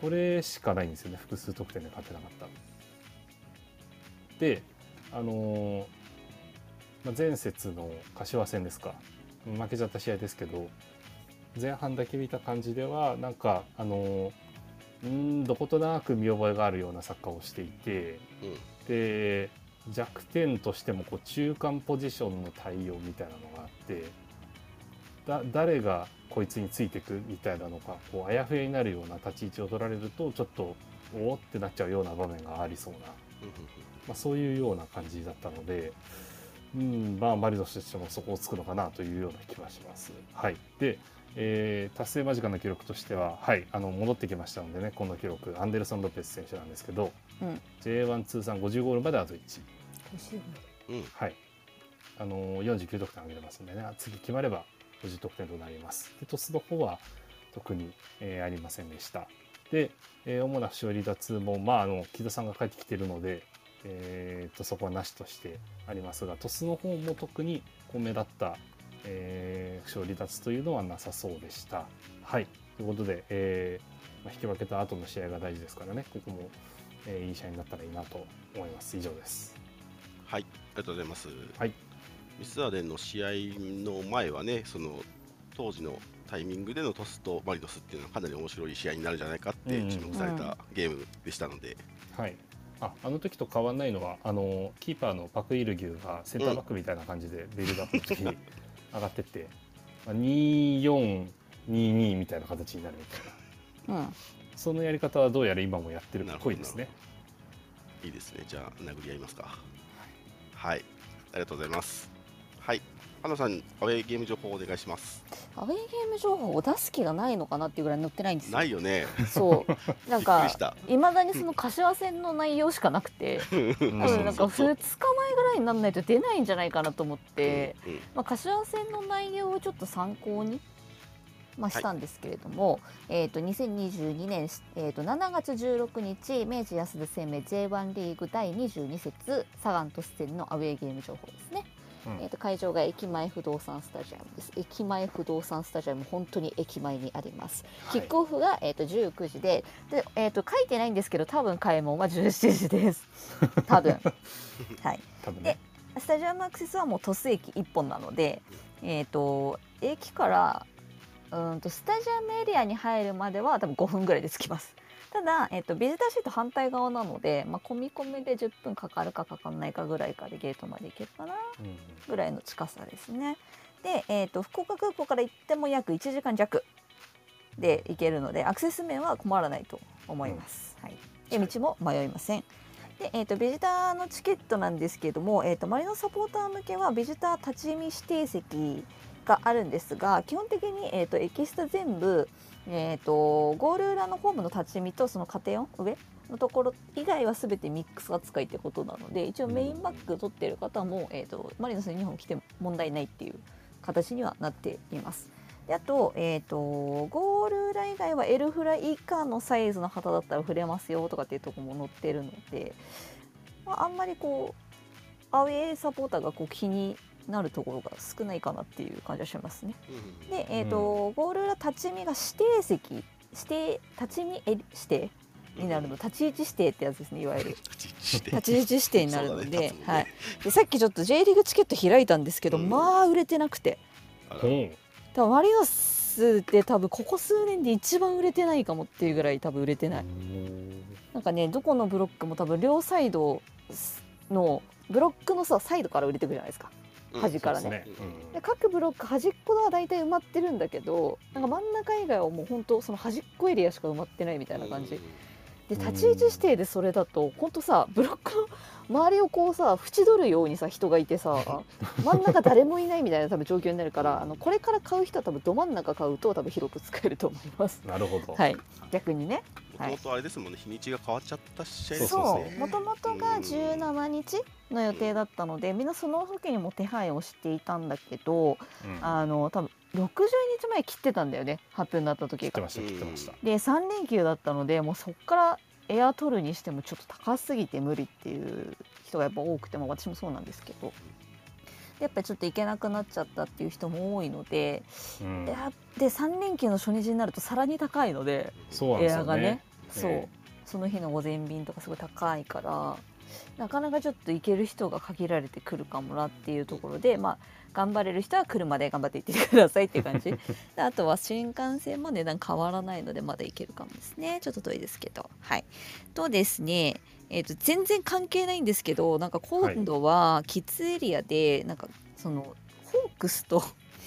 Speaker 1: これしかないんですよね複数得点で勝てなかったであのーまあ前節の柏戦ですか負けちゃった試合ですけど前半だけ見た感じではなんかあのーうーんどことなく見覚えがあるようなサッカーをしていて
Speaker 2: うんうん
Speaker 1: で弱点としてもこう中間ポジションの対応みたいなのがあってだ誰がこいつについてくみたいなのかこうあやふやになるような立ち位置を取られるとちょっとおおってなっちゃうような場面がありそうな、
Speaker 2: うん
Speaker 1: まあ、そういうような感じだったので。うんまあ、マリノスとしてもそこをつくのかなというような気はします。はい、で、えー達成間近の記録としては、はい、あの戻ってきましたのでね、この記録、アンデルソン・ロペス選手なんですけど、
Speaker 3: うん
Speaker 1: J1 通算50ゴールまであと1、
Speaker 2: うんうん
Speaker 1: はい、あのー49得点挙げてますんでね、次決まれば50得点となります。で、トスの方は特に、えーありませんでした。で、えー主な負傷離脱も、まあ、あの木戸さんが帰ってきてるので、えー、とそこはなしとしてありますが、トスの方も特にこう目立った、えー負傷離脱というのはなさそうでした。はい、ということで、えーまあ引き分けた後の試合が大事ですからね、ここも、えーいい試合になったらいいなと思います。以上です。
Speaker 2: はい、ありがとうございます。
Speaker 1: はい。
Speaker 2: ミスアデンの試合の前はね、その当時のタイミングでのトスとマリノスっていうのはかなり面白い試合になるんじゃないかって
Speaker 1: うんうん
Speaker 2: 注目されたゲームでしたので、
Speaker 1: はい、ああの時と変わらないのはあのキーパーのパク・イルギュがセンターバックみたいな感じでビルドアップの時に 上がってって、まあ、2422みたいな形になるみたいな
Speaker 3: うんうん
Speaker 1: そのやり方はどうやら今もやってるっぽいですね。
Speaker 2: いいですね。じゃあ殴り合いますか。はい、ありがとうございます。はい、花さん、アウェイゲーム情報お願いします。
Speaker 3: アウェイゲーム情報を出す気がないのかなっていうぐらい載ってないんですよ
Speaker 2: ないよね。
Speaker 3: そうなん
Speaker 2: びっく
Speaker 3: か
Speaker 2: りした。
Speaker 3: いまだにその柏戦の内容しかなくて
Speaker 1: うん
Speaker 3: 多分なんか
Speaker 2: そうそうそう
Speaker 3: 2日前ぐらいにならないと出ないんじゃないかなと思って、
Speaker 2: うんうん
Speaker 3: まあ、柏戦の内容をちょっと参考に、まあ、したんですけれども、えー、と2022年、えー、と7月16日明治安田生命 J1 リーグ第22節サガン鳥栖戦のアウェーゲーム情報ですね、
Speaker 1: うん
Speaker 3: えー、と会場が駅前不動産スタジアムです駅前不動産スタジアム本当に駅前にありますキックオフが、えー、と19時でで、えー、と書いてないんですけど多分開門は17時です 多分はい
Speaker 1: 多分ね
Speaker 3: スタジアムアクセスはもう鳥栖駅1本なので、えー、と駅からうーんとスタジアムエリアに入るまでは多分5分ぐらいで着きます
Speaker 4: ただ、えっと、ビジターシート反対側なので、まあ、込み込みで10分かかるかかかんないかぐらいかでゲートまで行けるかな
Speaker 1: うんうん
Speaker 4: ぐらいの近さですね。で、えっと福岡空港から行っても約1時間弱で行けるのでアクセス面は困らないと思います。はい、で道も迷いません。で、えっとビジターのチケットなんですけども、えっとマリノサポーター向けはビジター立ち見指定席があるんですが基本的に、えっとエキスト全部、えっとゴール裏のホームの立ち見とその家庭音上のところ以外は全てミックス扱いってことなので一応メインバッグ取ってる方も、えっとマリノスのユニフォーム着ても問題ないっていう形にはなっています。であと,、えー、とゴール裏以外は L フラ以下のサイズの旗だったら触れますよとかっていうところも載ってるので、まあ、あんまりこうアウェーサポーターがこう気になるところが少ないかなっていう感じはしますね。
Speaker 2: うん
Speaker 4: で、えーとゴール裏立ち見が指定席指定立ち見え指定になるの立ち位置指定ってやつですねいわゆる。
Speaker 2: 立ち位置で
Speaker 3: 立ち位置指定になるの
Speaker 2: そう
Speaker 3: で,、
Speaker 2: だね立つもんね
Speaker 3: はい、でさっきちょっと J リーグチケット開いたんですけど、
Speaker 2: うん
Speaker 3: まあ売れてなくて
Speaker 2: あら
Speaker 1: ほう
Speaker 3: 多分マリノスって多分ここ数年で一番売れてないかもっていうぐらい多分売れてない、なんかねどこのブロックも多分両サイドのブロックのさサイドから売れてくるじゃないですか
Speaker 2: うん
Speaker 3: 端から
Speaker 1: そうですね
Speaker 2: うん
Speaker 1: うん
Speaker 3: で各ブロック端っこが大体埋まってるんだけどなんか真ん中以外はもう本当その端っこエリアしか埋まってないみたいな感じ、
Speaker 2: うん
Speaker 3: で立ち位置指定でそれだと本当さブロックの周りをこうさ縁取るようにさ人がい てさ真ん中誰もいないみたいな多分状況になるからあのこれから買う人は多分ど真ん中買うと多分広く使えると思います。
Speaker 1: なるほど、
Speaker 3: はい、逆にね
Speaker 2: もともとあれですもんね、日にちが変わっちゃった試合
Speaker 1: そうそう
Speaker 3: そ
Speaker 1: です
Speaker 3: うもともとが17日の予定だったのでみんなその時にも手配をしていたんだけど
Speaker 1: うん
Speaker 3: あの多分60日前切ってたんだよね発表になった
Speaker 1: 切
Speaker 3: 時
Speaker 1: って
Speaker 3: が
Speaker 1: ま。した切ってました、
Speaker 3: で3連休だったのでもうそこからエア取るにしてもちょっと高すぎて無理っていう人がやっぱ多くても私もそうなんですけどでやっぱりちょっと行けなくなっちゃったっていう人も多いので、
Speaker 1: うん
Speaker 3: エアで3連休の初日になるとさらに高いので
Speaker 1: そうなんで
Speaker 3: エ
Speaker 1: すよ
Speaker 3: アが
Speaker 1: ね
Speaker 3: ねそう、
Speaker 1: ええ
Speaker 3: その日の午前便とかすごい高いからなかなかちょっと行ける人が限られてくるかもなっていうところでまあ頑張れる人は車で頑張って行ってくださいっていう 感じであとは新幹線も値段変わらないのでまだ行けるかもですねちょっと遠いですけどはいとですねえー、と全然関係ないんですけどなんか今度はキッズエリアでなんかそのホークスと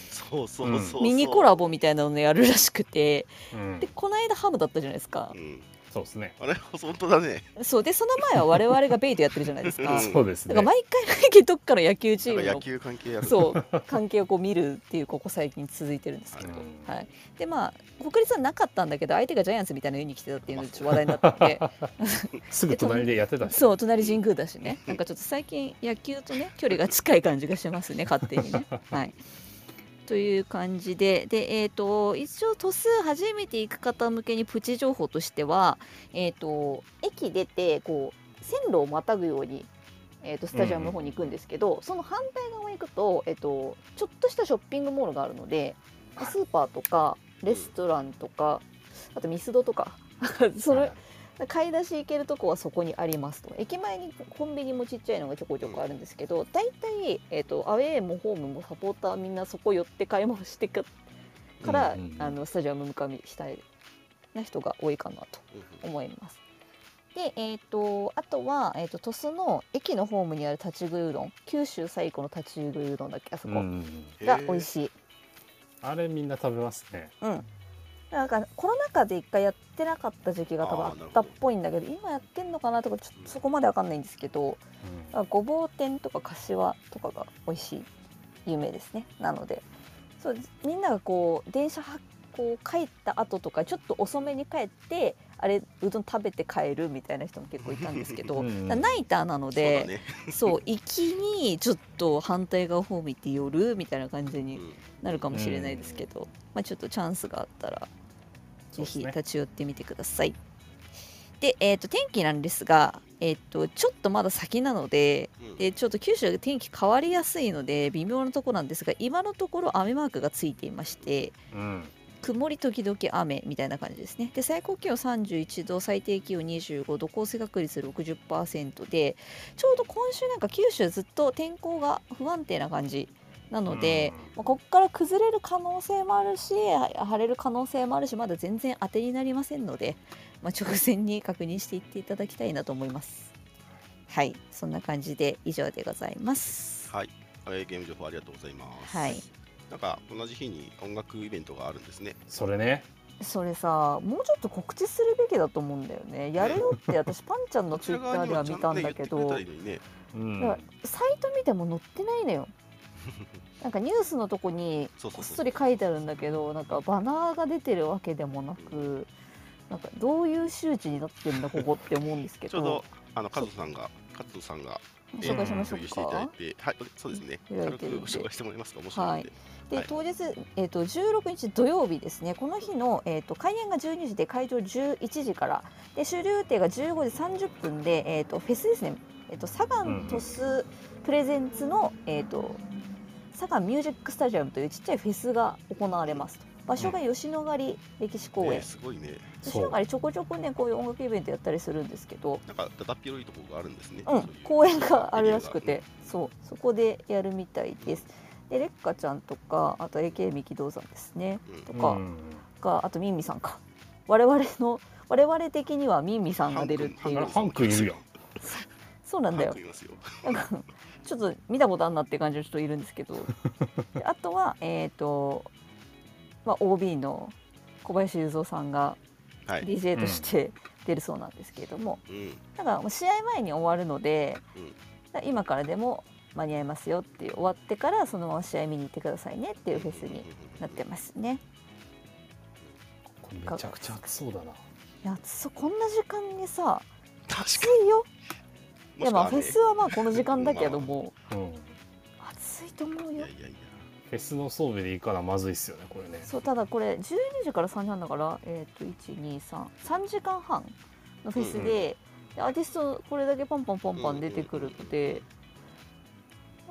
Speaker 2: そうそうそう。
Speaker 3: ミニコラボみたいなのやるらしくて
Speaker 1: うん
Speaker 3: でこの間ハムだったじゃないですか
Speaker 2: うん
Speaker 1: そうですね
Speaker 2: あれ、本当だね。
Speaker 3: そうでその前は我々がベイでやってるじゃないですか。
Speaker 2: うん
Speaker 1: そうです
Speaker 3: だ
Speaker 1: ね
Speaker 3: から毎回毎回どっかの野球チ
Speaker 2: な
Speaker 3: ー
Speaker 2: んか
Speaker 3: ム
Speaker 2: 野
Speaker 3: の
Speaker 2: 球関係やる。
Speaker 3: そう関係をこう見るっていうここ最近続いてるんですけど、
Speaker 1: うん
Speaker 3: はい、でまあ国立はなかったんだけど相手がジャイアンツみたいなユニ着てたっていうのがちょっと話題になったの で
Speaker 1: すぐ隣でやってたし
Speaker 3: そう隣神宮だしねなんかちょっと最近野球とね距離が近い感じがしますね勝手にね。はいという感じで、で、えっ、と、一応、都数初めて行く方向けにプチ情報としては、えっ、と、駅出て、こう、線路をまたぐように、えっ、と、スタジアムの方に行くんですけど、その反対側に行くと、えっ、と、ちょっとしたショッピングモールがあるので、スーパーとか、レストランとか、あとミスドとか、 それ、買い出し行けるとこはそこにありますと駅前にコンビニもちっちゃいのがちょこちょこあるんですけど大体、えー、とアウェーもホームもサポーターみんなそこ寄って買い物してかから、
Speaker 1: うんうんうん
Speaker 3: あのスタジアム向かいしたいな人が多いかなと
Speaker 2: うんうん
Speaker 3: 思います。で、えー、とあとは、えー、と鳥栖の駅のホームにある立ち食いうどん九州最古の立ち食いうどんだっけあそこ
Speaker 1: うんうん
Speaker 3: が美味しい。
Speaker 1: あれみんな食べますね
Speaker 3: うん、なんかコロナ禍で一回やってなかった時期が多分あったっぽいんだけど今やってんのかなとかちょっとそこまでわかんないんですけどあごぼう天とかかしわとかが美味しい有名ですねなのでそうみんながこう電車はこう帰った後とかちょっと遅めに帰ってあれうどん食べて帰るみたいな人も結構いたんですけど
Speaker 1: うんうん
Speaker 3: だからナイターなの
Speaker 2: そうだ
Speaker 3: で
Speaker 2: ね。
Speaker 3: そう,、行きにちょっと反対側方面行って寄るみたいな感じ
Speaker 2: う
Speaker 3: に
Speaker 2: ん
Speaker 3: なるかもしれないですけど、まあ、ちょっとチャンスがあったら
Speaker 1: そうで
Speaker 3: ぜ
Speaker 1: す
Speaker 3: ひ
Speaker 1: ね
Speaker 3: 立ち寄ってみてください。で、えー、と天気なんですが、えー、とちょっとまだ先なので
Speaker 2: うん
Speaker 3: でちょっと九州天気変わりやすいので微妙なところなんですが今のところ雨マークがついていまして
Speaker 1: うん
Speaker 3: 曇り時々雨みたいな感じですねで最高気温31度最低気温25度降水確率60%でちょうど今週なんか九州ずっと天候が不安定な感じなので、まあ、ここから崩れる可能性もあるしは晴れる可能性もあるしまだ全然当てになりませんので、まあ、直前に確認していっていただきたいなと思いますはいそんな感じで以上でございます
Speaker 2: はい、えーゲーム情報ありがとうございます。
Speaker 3: はい
Speaker 2: なんか同じ日に音楽イベントがあるんですね。
Speaker 1: それね
Speaker 3: それさもうちょっと告知するべきだと思うんだよねやるよ って私パンちゃん
Speaker 2: こ
Speaker 3: のツ
Speaker 2: ち
Speaker 3: イ
Speaker 2: ら側
Speaker 3: ッター
Speaker 2: に
Speaker 3: では
Speaker 2: はちゃ
Speaker 3: 見
Speaker 2: ん
Speaker 3: た
Speaker 2: と
Speaker 3: ん
Speaker 2: ね言
Speaker 3: だ
Speaker 2: って
Speaker 3: け
Speaker 2: くれた
Speaker 3: ど
Speaker 2: らいいのにね。
Speaker 1: うん
Speaker 3: だからサイト見ても載ってないのよなんかニュースのとこに
Speaker 2: そうそう
Speaker 3: こっ
Speaker 2: そう
Speaker 3: そり書いてあるんだけどなんかバナーが出てるわけでもなくなんかどういう周知になってんだここって思うんですけ
Speaker 2: ちょうど
Speaker 3: ど
Speaker 2: あの加藤さんが加藤さんが
Speaker 3: ご
Speaker 2: え
Speaker 3: 紹介しましょ
Speaker 2: 共有していた
Speaker 3: う
Speaker 2: だい
Speaker 3: か。
Speaker 2: て、はい、そうですね。
Speaker 3: いただい
Speaker 2: 軽
Speaker 3: てるんで
Speaker 2: くご紹介してもらえますか面白いんで。は
Speaker 3: で
Speaker 2: い
Speaker 3: 当日、えー、と16日土曜日ですねこの日の、えー、と開演が12時で会場11時からで終了予定が15時30分で、えー、とフェスですね、えー、とサガン鳥栖プレゼンツの、えー、とサガンミュージックスタジアムというちっちゃいフェスが行われますと場所が吉野ヶ里歴史公園、
Speaker 2: ねすごいね。
Speaker 1: そ
Speaker 3: 吉野
Speaker 1: う
Speaker 3: ヶ里ちょこちょこねこういう音楽イベントやったりするんですけど、
Speaker 2: なんかだだっ広いところがあるんですね。
Speaker 3: う
Speaker 2: そ
Speaker 3: ん
Speaker 2: い、
Speaker 3: 公園があるらしくて。そうそこでやるみたいですでレッカちゃんとかあと AK ミキドウさんですね
Speaker 2: うん
Speaker 3: と
Speaker 1: う
Speaker 3: か
Speaker 1: ん、
Speaker 3: があとミンミさんか我々の我々的にはミンミさんが出るってい
Speaker 1: あ
Speaker 3: う
Speaker 1: らハン君いるよ
Speaker 3: そうな
Speaker 2: なんん
Speaker 3: だ
Speaker 2: だ
Speaker 3: よ
Speaker 2: よ。いますよ。
Speaker 3: なんかちょっと見たことあんなって感じの人いるんですけどであとはえっ、と、まあ、OB の小林雄三さんが
Speaker 2: はい。
Speaker 3: DJ として出るそうなんですけれども、
Speaker 2: うん。
Speaker 3: だからもう試合前に終わるので、
Speaker 2: うん
Speaker 3: だから今からでも間に合いますよっていう終わってからそのまま試合見に行ってくださいねっていうフェスになってますね。
Speaker 1: これめちゃくちゃ暑そうだない
Speaker 3: やそうこんな時間にさ
Speaker 2: す。
Speaker 3: 暑
Speaker 2: 確か
Speaker 3: いよ。い
Speaker 2: に。
Speaker 3: やまあ
Speaker 2: もしくはね
Speaker 3: フェスはまあこの時間だけども、
Speaker 1: うんフ
Speaker 3: 暑いと思う
Speaker 2: い
Speaker 3: よ
Speaker 2: や。いやいや。
Speaker 1: ェスの装備で行かなまずいっすよねこれね
Speaker 3: そうただこれ12時から3時半だからえっ、と1233時間半のフェスで,
Speaker 2: うんうん
Speaker 3: で、アーティストこれだけポンポンポンポン出てくるので、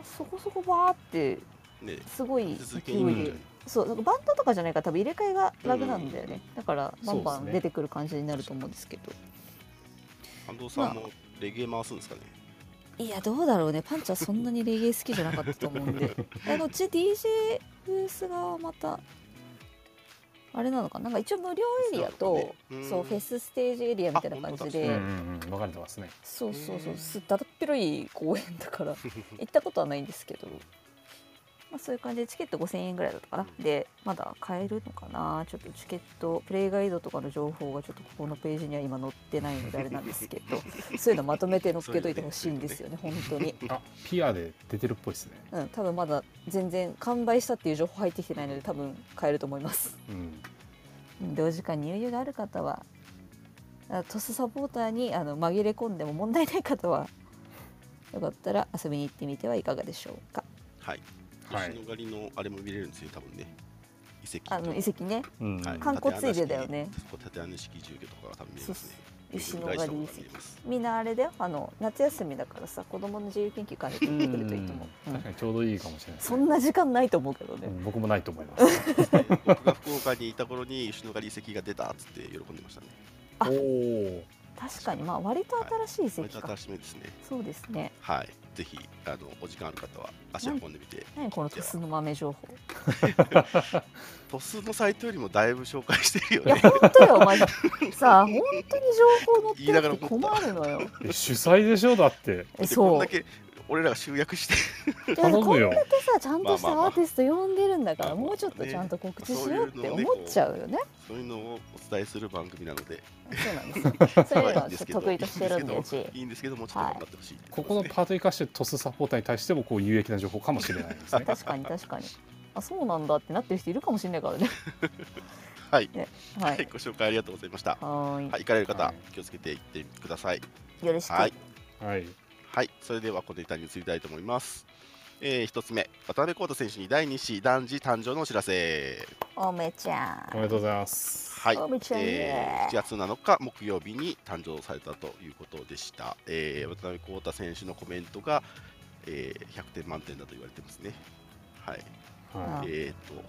Speaker 3: そこそこバーって
Speaker 2: ね。
Speaker 3: すごい
Speaker 2: 続
Speaker 3: 勢
Speaker 2: けに
Speaker 3: い
Speaker 1: う
Speaker 2: 行
Speaker 1: ん
Speaker 2: くんじ
Speaker 3: で
Speaker 2: ゃない。
Speaker 3: そうなんかバンドとかじゃないから多分入れ替えが楽なんだよね、だからバンバ
Speaker 1: そうです
Speaker 3: ン
Speaker 1: ね
Speaker 3: 出てくる感じになると思うんですけど
Speaker 2: 安藤さんもレゲエ回すんですかね。
Speaker 3: いやどうだろうねパンチはそんなにレゲエ好きじゃなかったと思うん であのうち DJ ブースがまたあれなのかななんか一応無料エリアと
Speaker 2: そうだねうん
Speaker 3: そうフェスステージエリアみたいな感じ
Speaker 2: あ本当だ
Speaker 1: うんう
Speaker 3: で
Speaker 1: んうん分かれてますね
Speaker 3: そうそうそ
Speaker 2: へ
Speaker 3: う
Speaker 2: ー
Speaker 3: すだだっ広い公園だ から行ったことはないんですけど、まあ、そういう感じでチケット5000円ぐらいだったかなでまだ買えるのかなちょっとチケットプレイガイドとかの情報がちょっとここのページには今載ってないのであれなんですけ どそういうのまとめて載っけといてほしいんですよね本当に。
Speaker 1: あピアで出てるっぽいっすね
Speaker 3: うん、多分まだ全然完売したっていう情報入ってきてないので多分買えると思います
Speaker 1: うん
Speaker 3: うん同時間に余裕がある方はあトスサポーターにあの紛れ込んでも問題ない方はよかったら遊びに行ってみてはいかがでしょうか
Speaker 2: はい。
Speaker 1: はい
Speaker 2: 吉野狩りのあれも見れるんですよ多分ね。遺跡。
Speaker 3: あの遺跡ね
Speaker 1: うん
Speaker 2: はい
Speaker 3: 観光ついでだよね。
Speaker 2: 縦穴式住居とかが多分見えますね。
Speaker 3: 吉野ヶ里遺跡
Speaker 2: 見えます
Speaker 3: みんなあれだよあの夏休みだからさ子供の自由研究会で行ってくるといいと思う、うん
Speaker 1: 確かにちょうどいいかもしれないです
Speaker 3: そ
Speaker 1: ね
Speaker 3: んな時間ないと思うけど
Speaker 1: う
Speaker 3: ね、
Speaker 1: ん僕もないと思います
Speaker 2: 僕が福岡にいた頃に吉野ヶ里遺跡が出たっつって喜んでましたね。
Speaker 3: あ
Speaker 1: お お
Speaker 3: 確かにまあ割と新しい
Speaker 2: これ
Speaker 3: 遺
Speaker 2: と
Speaker 3: 跡か、
Speaker 2: 新しめですね。
Speaker 3: そうですね
Speaker 2: はい。ぜひあのお時間ある方は足を運んでみて。
Speaker 3: 何このトスの豆情報
Speaker 2: 鳥栖のサイトよりもだいぶ紹介してるよ
Speaker 3: いや
Speaker 2: ね。
Speaker 3: 本当よマジさあ本当に情報載ってなくて
Speaker 2: 言いなが
Speaker 3: 困るのよ
Speaker 1: 主催でしょだって
Speaker 3: え
Speaker 2: でこん
Speaker 3: そ
Speaker 2: だ
Speaker 3: う
Speaker 2: け俺らが集約して
Speaker 3: で
Speaker 1: 頼
Speaker 3: こ
Speaker 1: む
Speaker 3: んだ
Speaker 1: よ
Speaker 3: けさちゃんとし
Speaker 2: まあ
Speaker 3: た
Speaker 2: まあまあ
Speaker 3: アーティスト呼んでるんだか
Speaker 2: ま
Speaker 3: ら
Speaker 2: あまあ
Speaker 3: もうちょっとちゃんと告知しようって思っちゃうよね
Speaker 2: そういうのをお伝えする番組なので、
Speaker 3: そうなんですよそういう
Speaker 2: ま
Speaker 3: の
Speaker 2: あいいん
Speaker 3: を
Speaker 2: ですけど
Speaker 3: 得意としてるんでうち
Speaker 2: いいんですけどもうちょっと頑張ってほしいって
Speaker 1: こ
Speaker 2: と
Speaker 1: こ
Speaker 2: で
Speaker 1: の
Speaker 2: すね。
Speaker 1: パート生かしてトスサポーターに対してもこう有益な情報かもしれないです ね
Speaker 3: 確かに確かにあそうなんだってなってる人いるかもしれないからね
Speaker 2: はい
Speaker 3: ねは
Speaker 2: はい
Speaker 3: い
Speaker 2: ご紹介ありがとうございました。は
Speaker 3: はーい
Speaker 2: い行かれる
Speaker 1: は
Speaker 2: 方
Speaker 1: い
Speaker 2: 気をつけて行ってください。
Speaker 3: よろしく
Speaker 2: はい。
Speaker 1: はい
Speaker 2: はい、それではこのネタに移りたいと思います。えー、1つ目、渡辺浩太選手に第2子男児誕生のお知らせ。
Speaker 3: おめちゃ
Speaker 1: おめ
Speaker 3: ん
Speaker 1: でとうございます
Speaker 2: はい、え
Speaker 3: おめちゃん
Speaker 2: ー
Speaker 3: ね
Speaker 2: 7月7日木曜日に誕生されたということでした。えー、渡辺浩太選手のコメントが、えー100点満点だと言われてますね。はい、
Speaker 1: は
Speaker 3: あ
Speaker 1: い
Speaker 2: えー、と、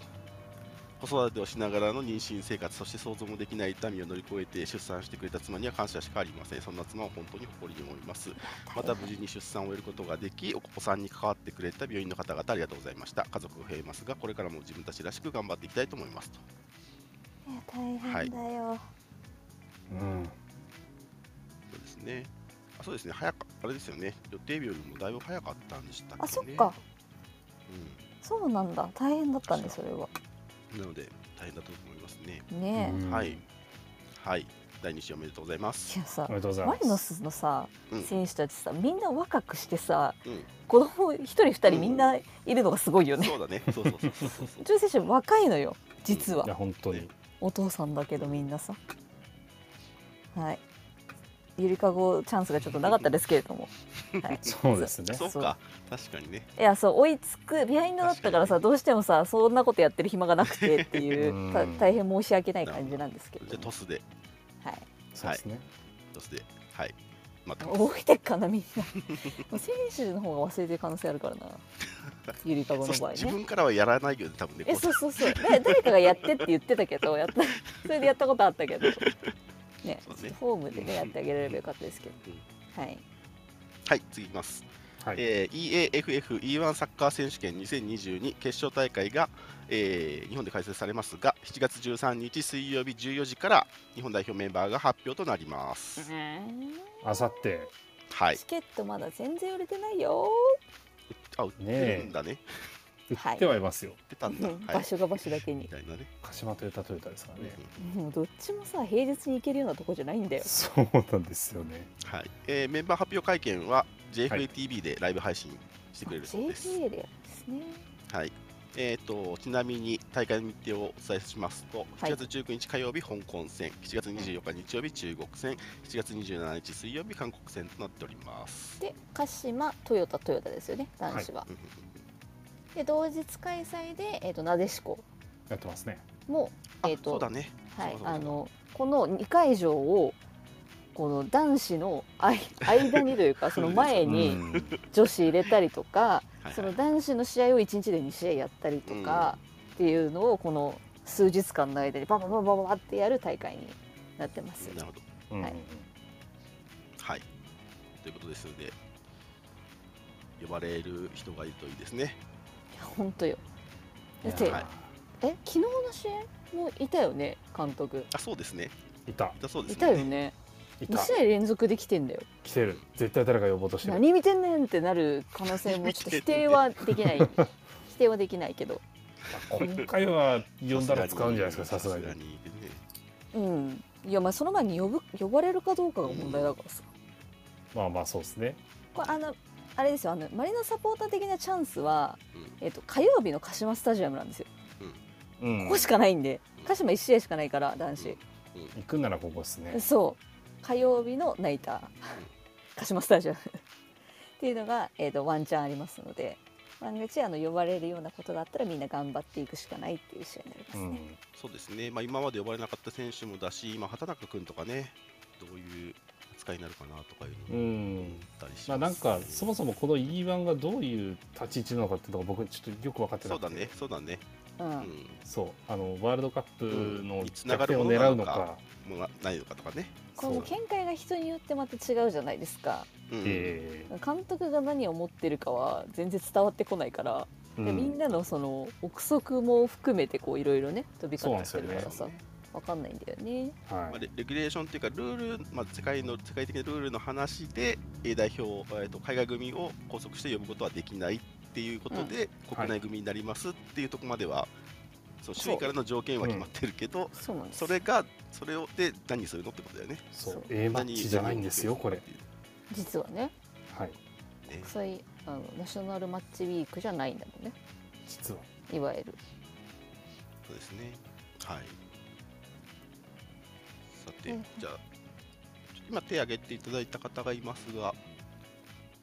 Speaker 2: 子育てをしながらの妊娠生活そして想像もできない痛みを乗り越えて出産してくれた妻には感謝しかありませんそんな妻を本当に誇りに思いますまた無事に出産を終えることができお子さんに関わってくれた病院の方々ありがとうございました家族が増えますがこれからも自分たちらしく頑張っていきたいと思いますと
Speaker 4: いや大変だよ、
Speaker 1: うん
Speaker 2: そうですねあそうですね早かあれですよね予定日よりもだいぶ早かったんでしたっけ、ね、
Speaker 4: あそっか
Speaker 2: う
Speaker 4: そうなんだ大変だったねそれは
Speaker 2: んなので大変だと思いますね
Speaker 4: ねえ、
Speaker 1: うん
Speaker 2: はいはい第2週おめでとうございます
Speaker 3: いやさ
Speaker 1: ありがとうござい
Speaker 3: マリノ
Speaker 1: ます
Speaker 3: スのさ
Speaker 2: うん
Speaker 3: 選手たちさみんな若くしてさ
Speaker 2: うん
Speaker 3: 子供一人二人みんないるのがすごいよね
Speaker 2: そうだねそうそうそうそうそうそう
Speaker 3: 中選手若いのよ実
Speaker 1: いや
Speaker 3: は
Speaker 1: 本当に
Speaker 3: お父さんだけどみんなさはいゆりかごチャンスがちょっとなかったですけれ ども、はい、
Speaker 1: そうですね
Speaker 2: そうか確かにね
Speaker 3: いやそう追いつくビハインドだったからさどうしてもさそんなことやってる暇がなくてっていううんた大変申し訳ない感じなんですけ
Speaker 2: じゃ
Speaker 3: ど
Speaker 2: あトスで
Speaker 3: はい
Speaker 1: そうですね
Speaker 2: トスではいまた
Speaker 3: 覚えてっかなみんなもう選手の方が忘れてる可能性あるか らなゆりかご
Speaker 2: そ
Speaker 3: の
Speaker 2: して
Speaker 3: 場合
Speaker 2: 自
Speaker 3: ね
Speaker 2: 分からはやらないよね多分ね
Speaker 3: え
Speaker 2: こ
Speaker 3: そうそうそうだ誰かがやってって言ってたけどや ったそれでやったことあったけどね
Speaker 2: そうね
Speaker 3: ホームでねやってあげられればよかったですけど
Speaker 2: うん
Speaker 3: はい
Speaker 2: はい次いきます
Speaker 1: はい、
Speaker 2: えー EAFFE1 サッカー選手権2022決勝大会が、えー日本で開催されますが7月13日水曜日14時から日本代表メンバーが発表となります。
Speaker 1: あさって
Speaker 2: はい、
Speaker 3: チケットまだ全然売れてないよ
Speaker 2: あ売ってるんだね、
Speaker 1: 売ってはいますよ、
Speaker 2: 売ってたんだ。はい、
Speaker 3: 場所が場所だけ
Speaker 2: み
Speaker 3: に
Speaker 2: たいなね。
Speaker 1: 鹿島トヨタトヨタですからね、
Speaker 3: もうどっちもさ平日に行けるようなとこじゃないんだよ
Speaker 1: そうなんですよね
Speaker 2: はいえーメンバー発表会見は
Speaker 1: はい
Speaker 2: JFATV でライブ配信してくれるそうです。
Speaker 3: JPA でやるんですね
Speaker 2: はい。えー、とちなみに大会の日程をお伝えしますと、
Speaker 3: はい
Speaker 2: 7月19日火曜日、香港戦、7月24日日曜日、中国戦、7月27日水曜日、韓国戦となっております。
Speaker 3: で鹿島トヨタトヨタですよね男子は、
Speaker 2: うんうん
Speaker 3: で同日開催で、えー、となでしこ
Speaker 1: やってますね
Speaker 3: も、
Speaker 2: あ
Speaker 3: えーと
Speaker 2: そうだね。
Speaker 3: はい
Speaker 2: そう、だ
Speaker 3: あ
Speaker 2: そうだ
Speaker 3: のこの2会場をこの男子のあい間にというかその前
Speaker 1: う
Speaker 3: に
Speaker 1: ん
Speaker 3: 女子入れたりとか、
Speaker 2: はいはい
Speaker 3: その男子の試合を1日で2試合やったりとかっていうのをこの数日間の間にババババババってやる大会になってますよ
Speaker 2: なるほど。
Speaker 1: うん
Speaker 3: はい
Speaker 2: はい。ということですので、呼ばれる人がいるといいですね。
Speaker 3: 本当よだって、
Speaker 1: いやー
Speaker 3: え昨日の試合もいたよね監督
Speaker 2: あ、そうですね。
Speaker 1: いた
Speaker 2: いたそうで
Speaker 3: い
Speaker 2: す
Speaker 3: たよね
Speaker 1: い
Speaker 3: 2
Speaker 1: た
Speaker 3: 試合連続できてんだよ
Speaker 1: 来てる絶対誰か呼ぼうとしてる
Speaker 3: 何見てんねんってなる可能性もちょっと否定はできない否定はできないけど
Speaker 1: 今回は呼んだら使うんじゃないですかさすがに
Speaker 2: さすがにでね
Speaker 3: うんいやまあその前に呼ぶ呼ばれるかどうかが問題だからさ、
Speaker 1: まあまあそうですね
Speaker 3: これあのあれですよあのマリノサポーター的なチャンスは、
Speaker 2: うん
Speaker 3: えっと火曜日の鹿島スタジアムなんですよ、
Speaker 1: うん
Speaker 3: ここしかないんで鹿島1試合しかないから男子、
Speaker 1: 行くんならここですね
Speaker 3: そう火曜日のナイター鹿島スタジアム っていうのが、えー、とワンチャンありますので万が一あの呼ばれるようなことがあったらみんな頑張っていくしかないっていう試合になります
Speaker 1: う
Speaker 3: ね。
Speaker 1: ん
Speaker 2: そうですね。まあ今まで呼ばれなかった選手もだし、今畑中君とかね、どういう扱いになるかなとかいうのも
Speaker 1: う
Speaker 2: 思っ
Speaker 1: ん
Speaker 2: たりします、
Speaker 1: まあなんかそもそもこの E1 がどういう立ち位置なのかっていうのが僕ちょっとよく分かってな
Speaker 2: そう
Speaker 1: くて
Speaker 2: だね、そうだね。
Speaker 3: う、
Speaker 2: うんん。
Speaker 1: そうあのワールドカップ
Speaker 2: う
Speaker 1: の
Speaker 2: んいつな
Speaker 1: 逆
Speaker 2: が
Speaker 1: 転
Speaker 2: るも
Speaker 1: を狙
Speaker 2: のな
Speaker 1: うの
Speaker 2: のか
Speaker 1: か
Speaker 2: もうなないのかとかね。
Speaker 3: この
Speaker 1: そう
Speaker 3: 見解が人によってまた違うじゃないですか
Speaker 2: うん
Speaker 1: ええ
Speaker 3: 監督が何を思ってるかは全然伝わってこないから、
Speaker 1: う
Speaker 3: でみんなのその憶測も含めてこういろいろね飛び交ってるから
Speaker 1: そうなんです
Speaker 3: さ、わかんないんだよね。
Speaker 1: は
Speaker 2: まあ、
Speaker 1: い
Speaker 2: レレギュレーションというかルール、まあ、世界の世界的なルールの話で A 代表、えー、と海外組を拘束して呼ぶことはできないっていうことで、国内組になりますっていうところまでは、そう周囲からの条件は決まってるけど、
Speaker 3: そうなんです
Speaker 2: それがそれをで何するのってことだよね。
Speaker 1: そ
Speaker 3: そう
Speaker 1: う A マッチじゃないんですよこれ
Speaker 3: 実はね
Speaker 1: はい
Speaker 2: ね
Speaker 3: 国際あのナショナルマッチウィークじゃないんだもんね
Speaker 1: 実はい
Speaker 3: わゆる
Speaker 2: そうですね。はい。さて、
Speaker 3: うん
Speaker 2: じゃあ、ちょっと今手挙げていただいた方がいますが、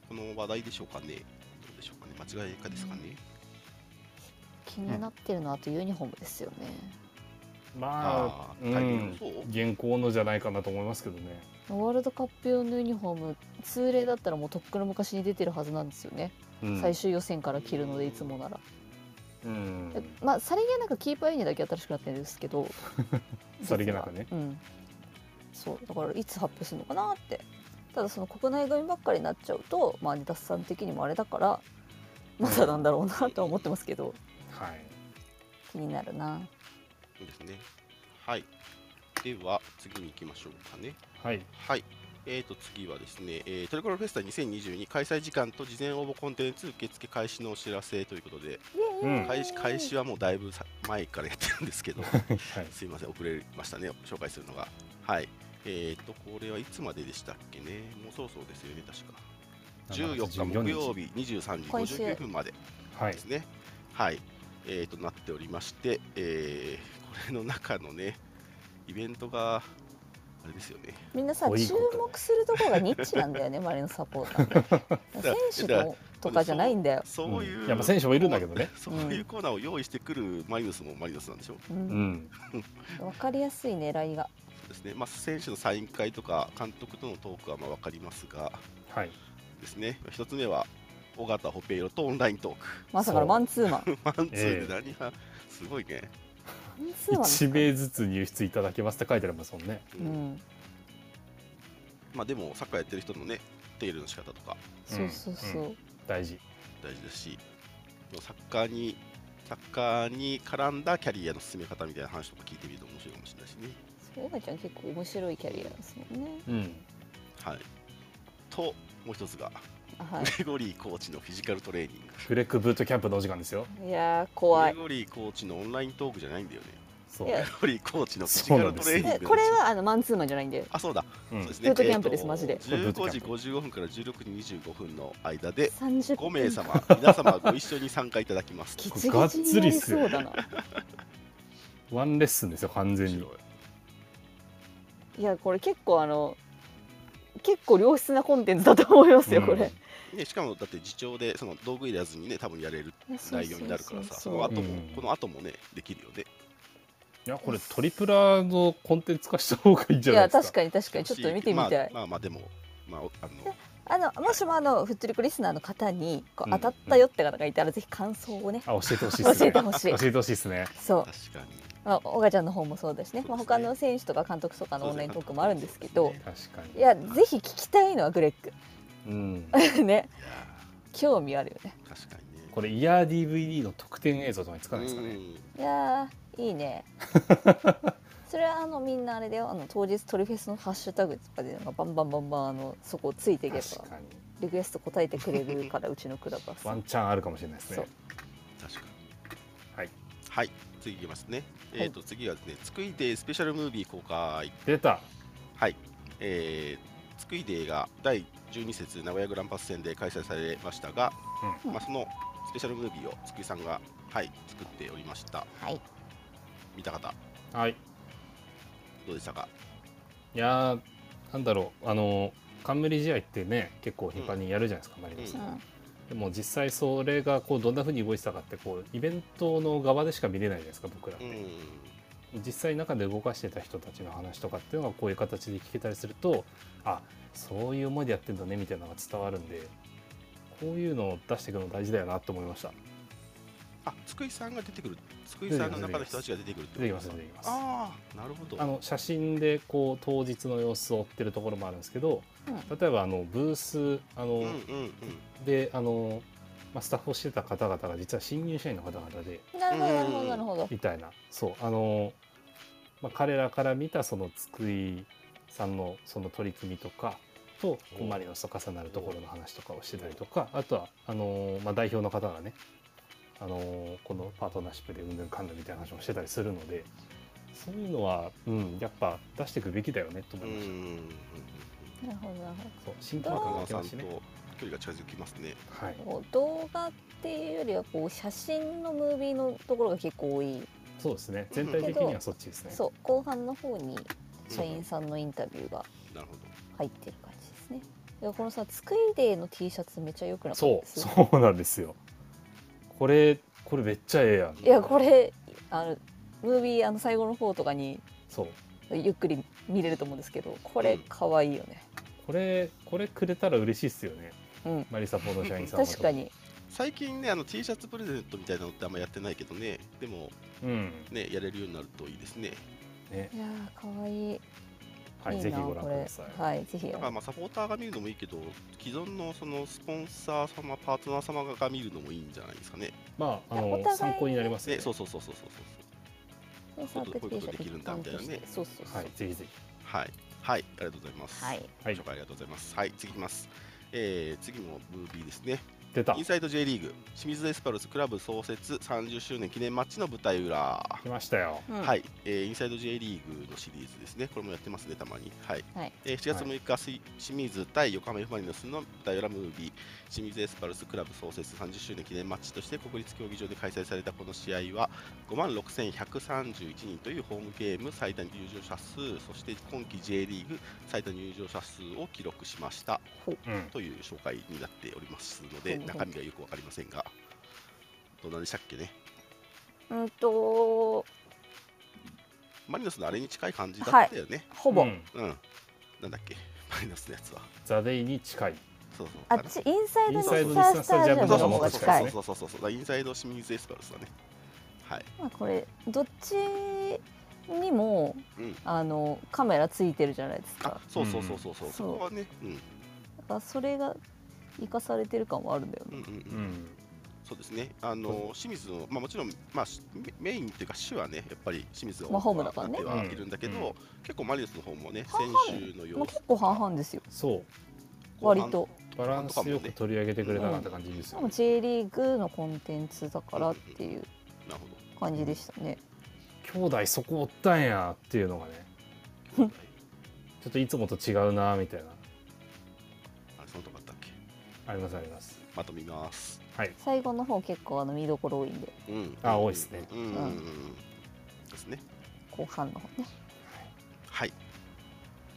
Speaker 2: この話題でしょうかね。どうでしょうかね。間違いかですかね。
Speaker 3: 気になってるのはあとユニフォームですよね、
Speaker 1: まあ
Speaker 2: あ
Speaker 1: う
Speaker 2: ータイミング
Speaker 1: ん
Speaker 2: そう
Speaker 1: 現行のじゃないかなと思いますけどね
Speaker 3: ワールドカップ用のユニフォーム通例だったらもうとっくの昔に出てるはずなんですよね、
Speaker 1: うん
Speaker 3: 最終予選から着るのでいつもなら、
Speaker 1: ううん
Speaker 3: えまあさりげなくキーパーユニだけ新しくなってるんですけど
Speaker 1: さりげなくね
Speaker 3: 実はうんそうだからいつ発表するのかなってただその国内組ばっかりになっちゃうとまあネタさん的にもあれだからまだなんだろうなとは思ってますけど
Speaker 1: はい
Speaker 4: 気になるな
Speaker 2: そうですね。はい。では、次に行きましょうかね。
Speaker 1: はい
Speaker 2: はい。えー、と次はですね、えー、トリコロフェスタ2022開催時間と事前応募コンテンツ受付開始のお知らせということで、
Speaker 4: イエーイ
Speaker 1: うん
Speaker 2: 開始開始はもうだいぶさ前からやってるんですけど、
Speaker 1: はい
Speaker 2: すいません、遅れましたね、紹介するのが。はい。えー、と、これはいつまででしたっけね、もうそろそろですよね、確か。14日木曜日23時
Speaker 4: 今週
Speaker 2: 59分まで
Speaker 1: はい
Speaker 2: ですね。はい。えー、となっておりまして、えーこれの中のね、イベントが、あれですよね。
Speaker 4: みんなさ
Speaker 1: こういう
Speaker 4: 注
Speaker 1: こと
Speaker 4: 目するところがニッチなんだ よね周りのサポーター
Speaker 2: だ
Speaker 4: って選手のとかじゃないんだよ、
Speaker 2: そういう、
Speaker 1: うんやっぱ選手もいるんだけどね
Speaker 2: そういうコーナーを用意してくるマリノスもマリノスなんでしょ
Speaker 4: う
Speaker 1: う
Speaker 2: う。
Speaker 1: んん
Speaker 4: わかりやすい狙いが
Speaker 2: そうですね。まあ選手のサイン会とか監督とのトークはまあわかりますが、
Speaker 1: はい
Speaker 2: ですね。一つ目は尾形ホペイロとオンライントーク。
Speaker 3: まさかのマンツーマン
Speaker 2: マンツー
Speaker 1: ええ
Speaker 2: で何が、すごいね。
Speaker 4: 本数は
Speaker 1: 1名ずつ入室いただけますって書いてありますもんね
Speaker 2: う
Speaker 3: うんん
Speaker 2: まあでもサッカーやってる人のねテールの仕方とか
Speaker 4: そうそうそう、
Speaker 1: 大事
Speaker 2: 大事だし、サッカーにサッカーに絡んだキャリアの進め方みたいな話とか聞いてみると面白いかもしれないしね。
Speaker 4: そうおばちゃん結構面白いキャリアですもんね
Speaker 1: うん
Speaker 2: はい。ともう一つが
Speaker 4: あは
Speaker 2: グレゴリーコーチのフィジカルトレーニング。
Speaker 1: フレックブートキャンプのお時間ですよ
Speaker 4: いいやー怖い
Speaker 2: グレゴリーコーチのオンライントークじゃないんだよね。
Speaker 1: そう
Speaker 4: いや
Speaker 2: グレゴリーコーチのフィジカルトレーニングなん
Speaker 4: え
Speaker 2: ですよ。
Speaker 4: これはあのマンツーマンじゃないんだよ
Speaker 2: あそうだ。
Speaker 1: うん
Speaker 2: そうです
Speaker 4: ブ
Speaker 2: ね。
Speaker 4: ートキャンプです
Speaker 2: えーと
Speaker 4: マジで
Speaker 2: 15時55分から16時25分の間で
Speaker 4: 30分
Speaker 2: 5名様皆様ご一緒に参加いただきます。
Speaker 4: ギチギチになりそうだな
Speaker 1: ワンレッスンですよ完全
Speaker 2: 面白
Speaker 1: に
Speaker 2: い
Speaker 3: いやこれ結構あの結構良質なコンテンツだと思いますよこれ、
Speaker 2: ね、しかもだって自重でその道具いらずにね多分やれる
Speaker 4: そう
Speaker 2: 内容になるからさ
Speaker 4: そ
Speaker 2: そ
Speaker 4: そ
Speaker 2: う
Speaker 4: う
Speaker 2: の
Speaker 1: う
Speaker 2: 後も、
Speaker 1: ん
Speaker 2: この後もねできるよね
Speaker 1: いやこれトリプラのコンテンツ化した方がいいんじ
Speaker 3: い
Speaker 1: ゃない
Speaker 3: や
Speaker 1: です
Speaker 3: 確
Speaker 1: か
Speaker 3: かに確かにちょっと見てみたい、
Speaker 2: まあ、まあまあでもまあおあの
Speaker 3: あのもしもあのふっとりこリスナーの方にこ
Speaker 1: う
Speaker 3: うん当たったよって方がいたら、ぜひ感想をね
Speaker 1: あ教えてほしい
Speaker 3: 教
Speaker 1: ですね
Speaker 3: えてほし
Speaker 1: 教
Speaker 3: い
Speaker 1: えてほしいですね
Speaker 3: そう
Speaker 2: 確かに
Speaker 3: まあ小賀ちゃんの方もそうだし
Speaker 2: そうで
Speaker 3: ね
Speaker 2: すね
Speaker 3: まあ、他の選手とか監督とかのオンライントークもあるんですけ
Speaker 2: そう
Speaker 3: ど
Speaker 2: ですね
Speaker 1: 確かに
Speaker 3: いやぜひ聞きたいのはグレッ
Speaker 1: うん
Speaker 3: クね
Speaker 2: いや
Speaker 3: 興味あるよね
Speaker 2: ー確かにね
Speaker 1: これイヤー DVD の特典映像とかにつかないですか
Speaker 2: う
Speaker 1: ね
Speaker 2: ん
Speaker 3: いやーい いねそれはあのみんなあれだよあの当日トリフェスのハッシュタグとかでなんかバンバンバンバンあのそこをついていけば
Speaker 1: 確かに
Speaker 3: リクエスト答えてくれ るからうちのクラブは
Speaker 1: ワ
Speaker 3: さ
Speaker 1: ンチャンあるかもしれないです
Speaker 3: そ
Speaker 1: ね
Speaker 3: う
Speaker 2: 確かに
Speaker 1: はい
Speaker 2: はい次いきますね、えっ、と次はですね「つくいデースペシャルムービー公開
Speaker 1: 出た」
Speaker 2: はいえー、つくいデーが第12節名古屋グランパス戦で開催されましたが、
Speaker 4: うん
Speaker 2: まあ、そのスペシャルムービーをつくいさんがはい作っておりました
Speaker 4: はい
Speaker 2: 見た方
Speaker 1: はい
Speaker 2: どうでしたか
Speaker 1: いやーなんだろうあの冠試合ってね結構頻繁にやるじゃないですか、マリノス
Speaker 4: う
Speaker 2: うんん
Speaker 1: でも実際それがこうどんなふうに動いてたかってこうイベントの側でしか見れないじゃないですか僕らって、
Speaker 2: うん
Speaker 1: 実際中で動かしてた人たちの話とかっていうのがこういう形で聞けたりするとあそういう思いでやってんだねみたいなのが伝わるんでこういうのを出していくの大事だよなと思いました
Speaker 2: あ、つくいさんが出てくる。つくいさんの中の人たちが出てくるって
Speaker 1: 出てき
Speaker 2: こ
Speaker 1: ま
Speaker 2: と
Speaker 1: す
Speaker 2: です
Speaker 1: 出
Speaker 2: か
Speaker 1: てきます
Speaker 2: ああ、なるほど。
Speaker 1: あの写真でこう当日の様子を追ってるところもあるんですけど、例えばあのブースあの、
Speaker 2: うんうんうん。
Speaker 1: であの、まあ、スタッフをしてた方々が実は新入社員の方々で
Speaker 3: なるほどなるほどなるほど
Speaker 1: みたいなそうあの、まあ、彼らから見たその津久井さんのその取り組みとかとこう
Speaker 2: うん
Speaker 1: マリノスと重なるところの話とかをしてたりとかあとはあの、まあ、代表の方がねあのこのパートナーシップでうんぬんかんぬんみたいな話もしてたりするのでそういうのは、うん、やっぱ出していくべきだよねと思
Speaker 2: うん
Speaker 1: い
Speaker 2: うん
Speaker 1: ま
Speaker 2: う
Speaker 1: し
Speaker 2: ん
Speaker 1: た。
Speaker 2: うん。
Speaker 3: なるほどなるほど
Speaker 1: そう新規
Speaker 2: 中
Speaker 1: の方が
Speaker 2: 川
Speaker 1: 来
Speaker 2: さ
Speaker 1: ま
Speaker 2: ん
Speaker 1: し
Speaker 2: と
Speaker 1: ね
Speaker 2: 距離が近づきますね。
Speaker 1: はい、
Speaker 3: こう動画っていうよりはこう写真のムービーのところが結構多い、
Speaker 1: そうですね全体的にはそっちですね。
Speaker 3: そう後半の方に
Speaker 2: うん
Speaker 3: 社員さんのインタビューが
Speaker 2: なるほど。
Speaker 3: 入ってる感じですねいやこのさ「つくいデー」の T シャツめっちゃ良くなかった
Speaker 1: そ
Speaker 3: で
Speaker 1: う
Speaker 3: す
Speaker 1: そうなんですよこれこれめっちゃええやん
Speaker 3: いやこれあのムービーあの最後の方とかに
Speaker 1: そう
Speaker 3: ゆっくり見れると思うんですけどこれ可愛いよね
Speaker 1: これこれくれたら嬉しいっすよね
Speaker 3: うん
Speaker 1: マリサポの社員さんは
Speaker 3: 確かに
Speaker 2: 最近ねあの T シャツプレゼントみたいなのってあんまやってないけどねでも
Speaker 1: うん
Speaker 2: ねやれるようになるといいですね
Speaker 1: ね
Speaker 3: いやーかわいい。
Speaker 1: はい
Speaker 3: いい
Speaker 1: ぜひ
Speaker 3: な
Speaker 1: ご覧
Speaker 3: こ
Speaker 1: く
Speaker 3: れ
Speaker 1: ださい、
Speaker 3: はい、ぜひ
Speaker 2: だからまあサポーターが見るのもいいけど既存のそのスポンサー様パートナー様が見るのもいいんじゃないですかね
Speaker 1: まああ
Speaker 3: いやお
Speaker 1: の
Speaker 3: 互い
Speaker 1: 参考になりますね
Speaker 2: ねそうそうそうそうそうそうそう
Speaker 3: サークル T シャ
Speaker 2: こういうことできるんだ
Speaker 3: ツ
Speaker 2: みたいなね
Speaker 3: 一貫としてそうそうそう。
Speaker 1: はいぜひぜ
Speaker 2: はいはいありがとうございます
Speaker 3: はい。
Speaker 1: ひはい
Speaker 2: 紹介ありがとうございますはい次いきますえー、次もムービーですね
Speaker 1: 出た
Speaker 2: インサイド J リーグ清水エスパルスクラブ創設30周年記念マッチの舞台裏
Speaker 1: 来ましたよ
Speaker 5: うん
Speaker 2: はい、えーインサイド J リーグのシリーズですね、これもやってますね、たまに。はい
Speaker 3: はい
Speaker 2: えー7月6日、水清水対横浜 F ・マリノスの舞台裏ムービー、清水エスパルスクラブ創設30周年記念マッチとして国立競技場で開催されたこの試合は、5万6131人というホームゲーム最多入場者数、そして今季 J リーグ最多入場者数を記録しました
Speaker 1: うん
Speaker 2: という紹介になっておりますので、
Speaker 3: ほうほう
Speaker 2: 中身がよくわかりませんが、どんなでしたっけね、
Speaker 3: うんと
Speaker 2: マリノスのあれに近い感じだったよね。
Speaker 3: ほぼ、
Speaker 1: うん
Speaker 2: うん、なんだっけ、 マイナスのやつは。
Speaker 1: ザ・デイに近い
Speaker 2: そうそう。
Speaker 3: あっちインサイド
Speaker 1: イ
Speaker 3: の
Speaker 1: ン
Speaker 3: ス
Speaker 1: サイド
Speaker 3: タースタジア
Speaker 2: そう
Speaker 3: ムの
Speaker 2: そ
Speaker 1: の
Speaker 3: 方
Speaker 1: 方
Speaker 2: う
Speaker 3: が
Speaker 2: そう
Speaker 3: 近い。
Speaker 2: そうそうそうそうそうそう。インサイド清水エスパルスだね。はい。
Speaker 3: まあこれどっちにも
Speaker 2: うん。
Speaker 3: あのカメラついてるじゃないです
Speaker 2: あ
Speaker 3: か。、
Speaker 2: そうそうそうそうそう。
Speaker 3: うん
Speaker 2: そこはね、うん
Speaker 3: だからそれが生かされてる感はあるんだよ
Speaker 2: うん
Speaker 3: ね。
Speaker 2: うんう。
Speaker 1: うんん
Speaker 2: そうですね。あの清水のまあもちろんまあしメメインっていうか主はねやっぱり清水が
Speaker 3: まあホームだからね
Speaker 2: 多くなってはいるんだけど、
Speaker 1: うんうん
Speaker 2: 結構マリノスの方もね
Speaker 3: 半々
Speaker 2: 先週の様子
Speaker 3: まあ結構半々ですよ。
Speaker 1: そう
Speaker 3: 割と。
Speaker 1: バランスよく取り上げてくれたなって感じで
Speaker 3: し
Speaker 1: す
Speaker 3: か
Speaker 1: よ
Speaker 3: も
Speaker 1: ね
Speaker 3: J リーグのコンテンツだからっていう
Speaker 2: なるほ
Speaker 3: 感じでしたね。
Speaker 1: 兄弟そこおったんやっていうのがね
Speaker 2: ど。兄弟
Speaker 1: ちょっといつもと違うなみたいな
Speaker 2: あれそのとこあったっけ。
Speaker 1: ありますあります
Speaker 2: まとめます。
Speaker 1: はい
Speaker 3: 最後の方結構あの見どころ多いんで
Speaker 2: うん。
Speaker 1: あ多いっすね
Speaker 2: うんうんうんうん。ですね。
Speaker 3: 後半の方ね。
Speaker 2: はい。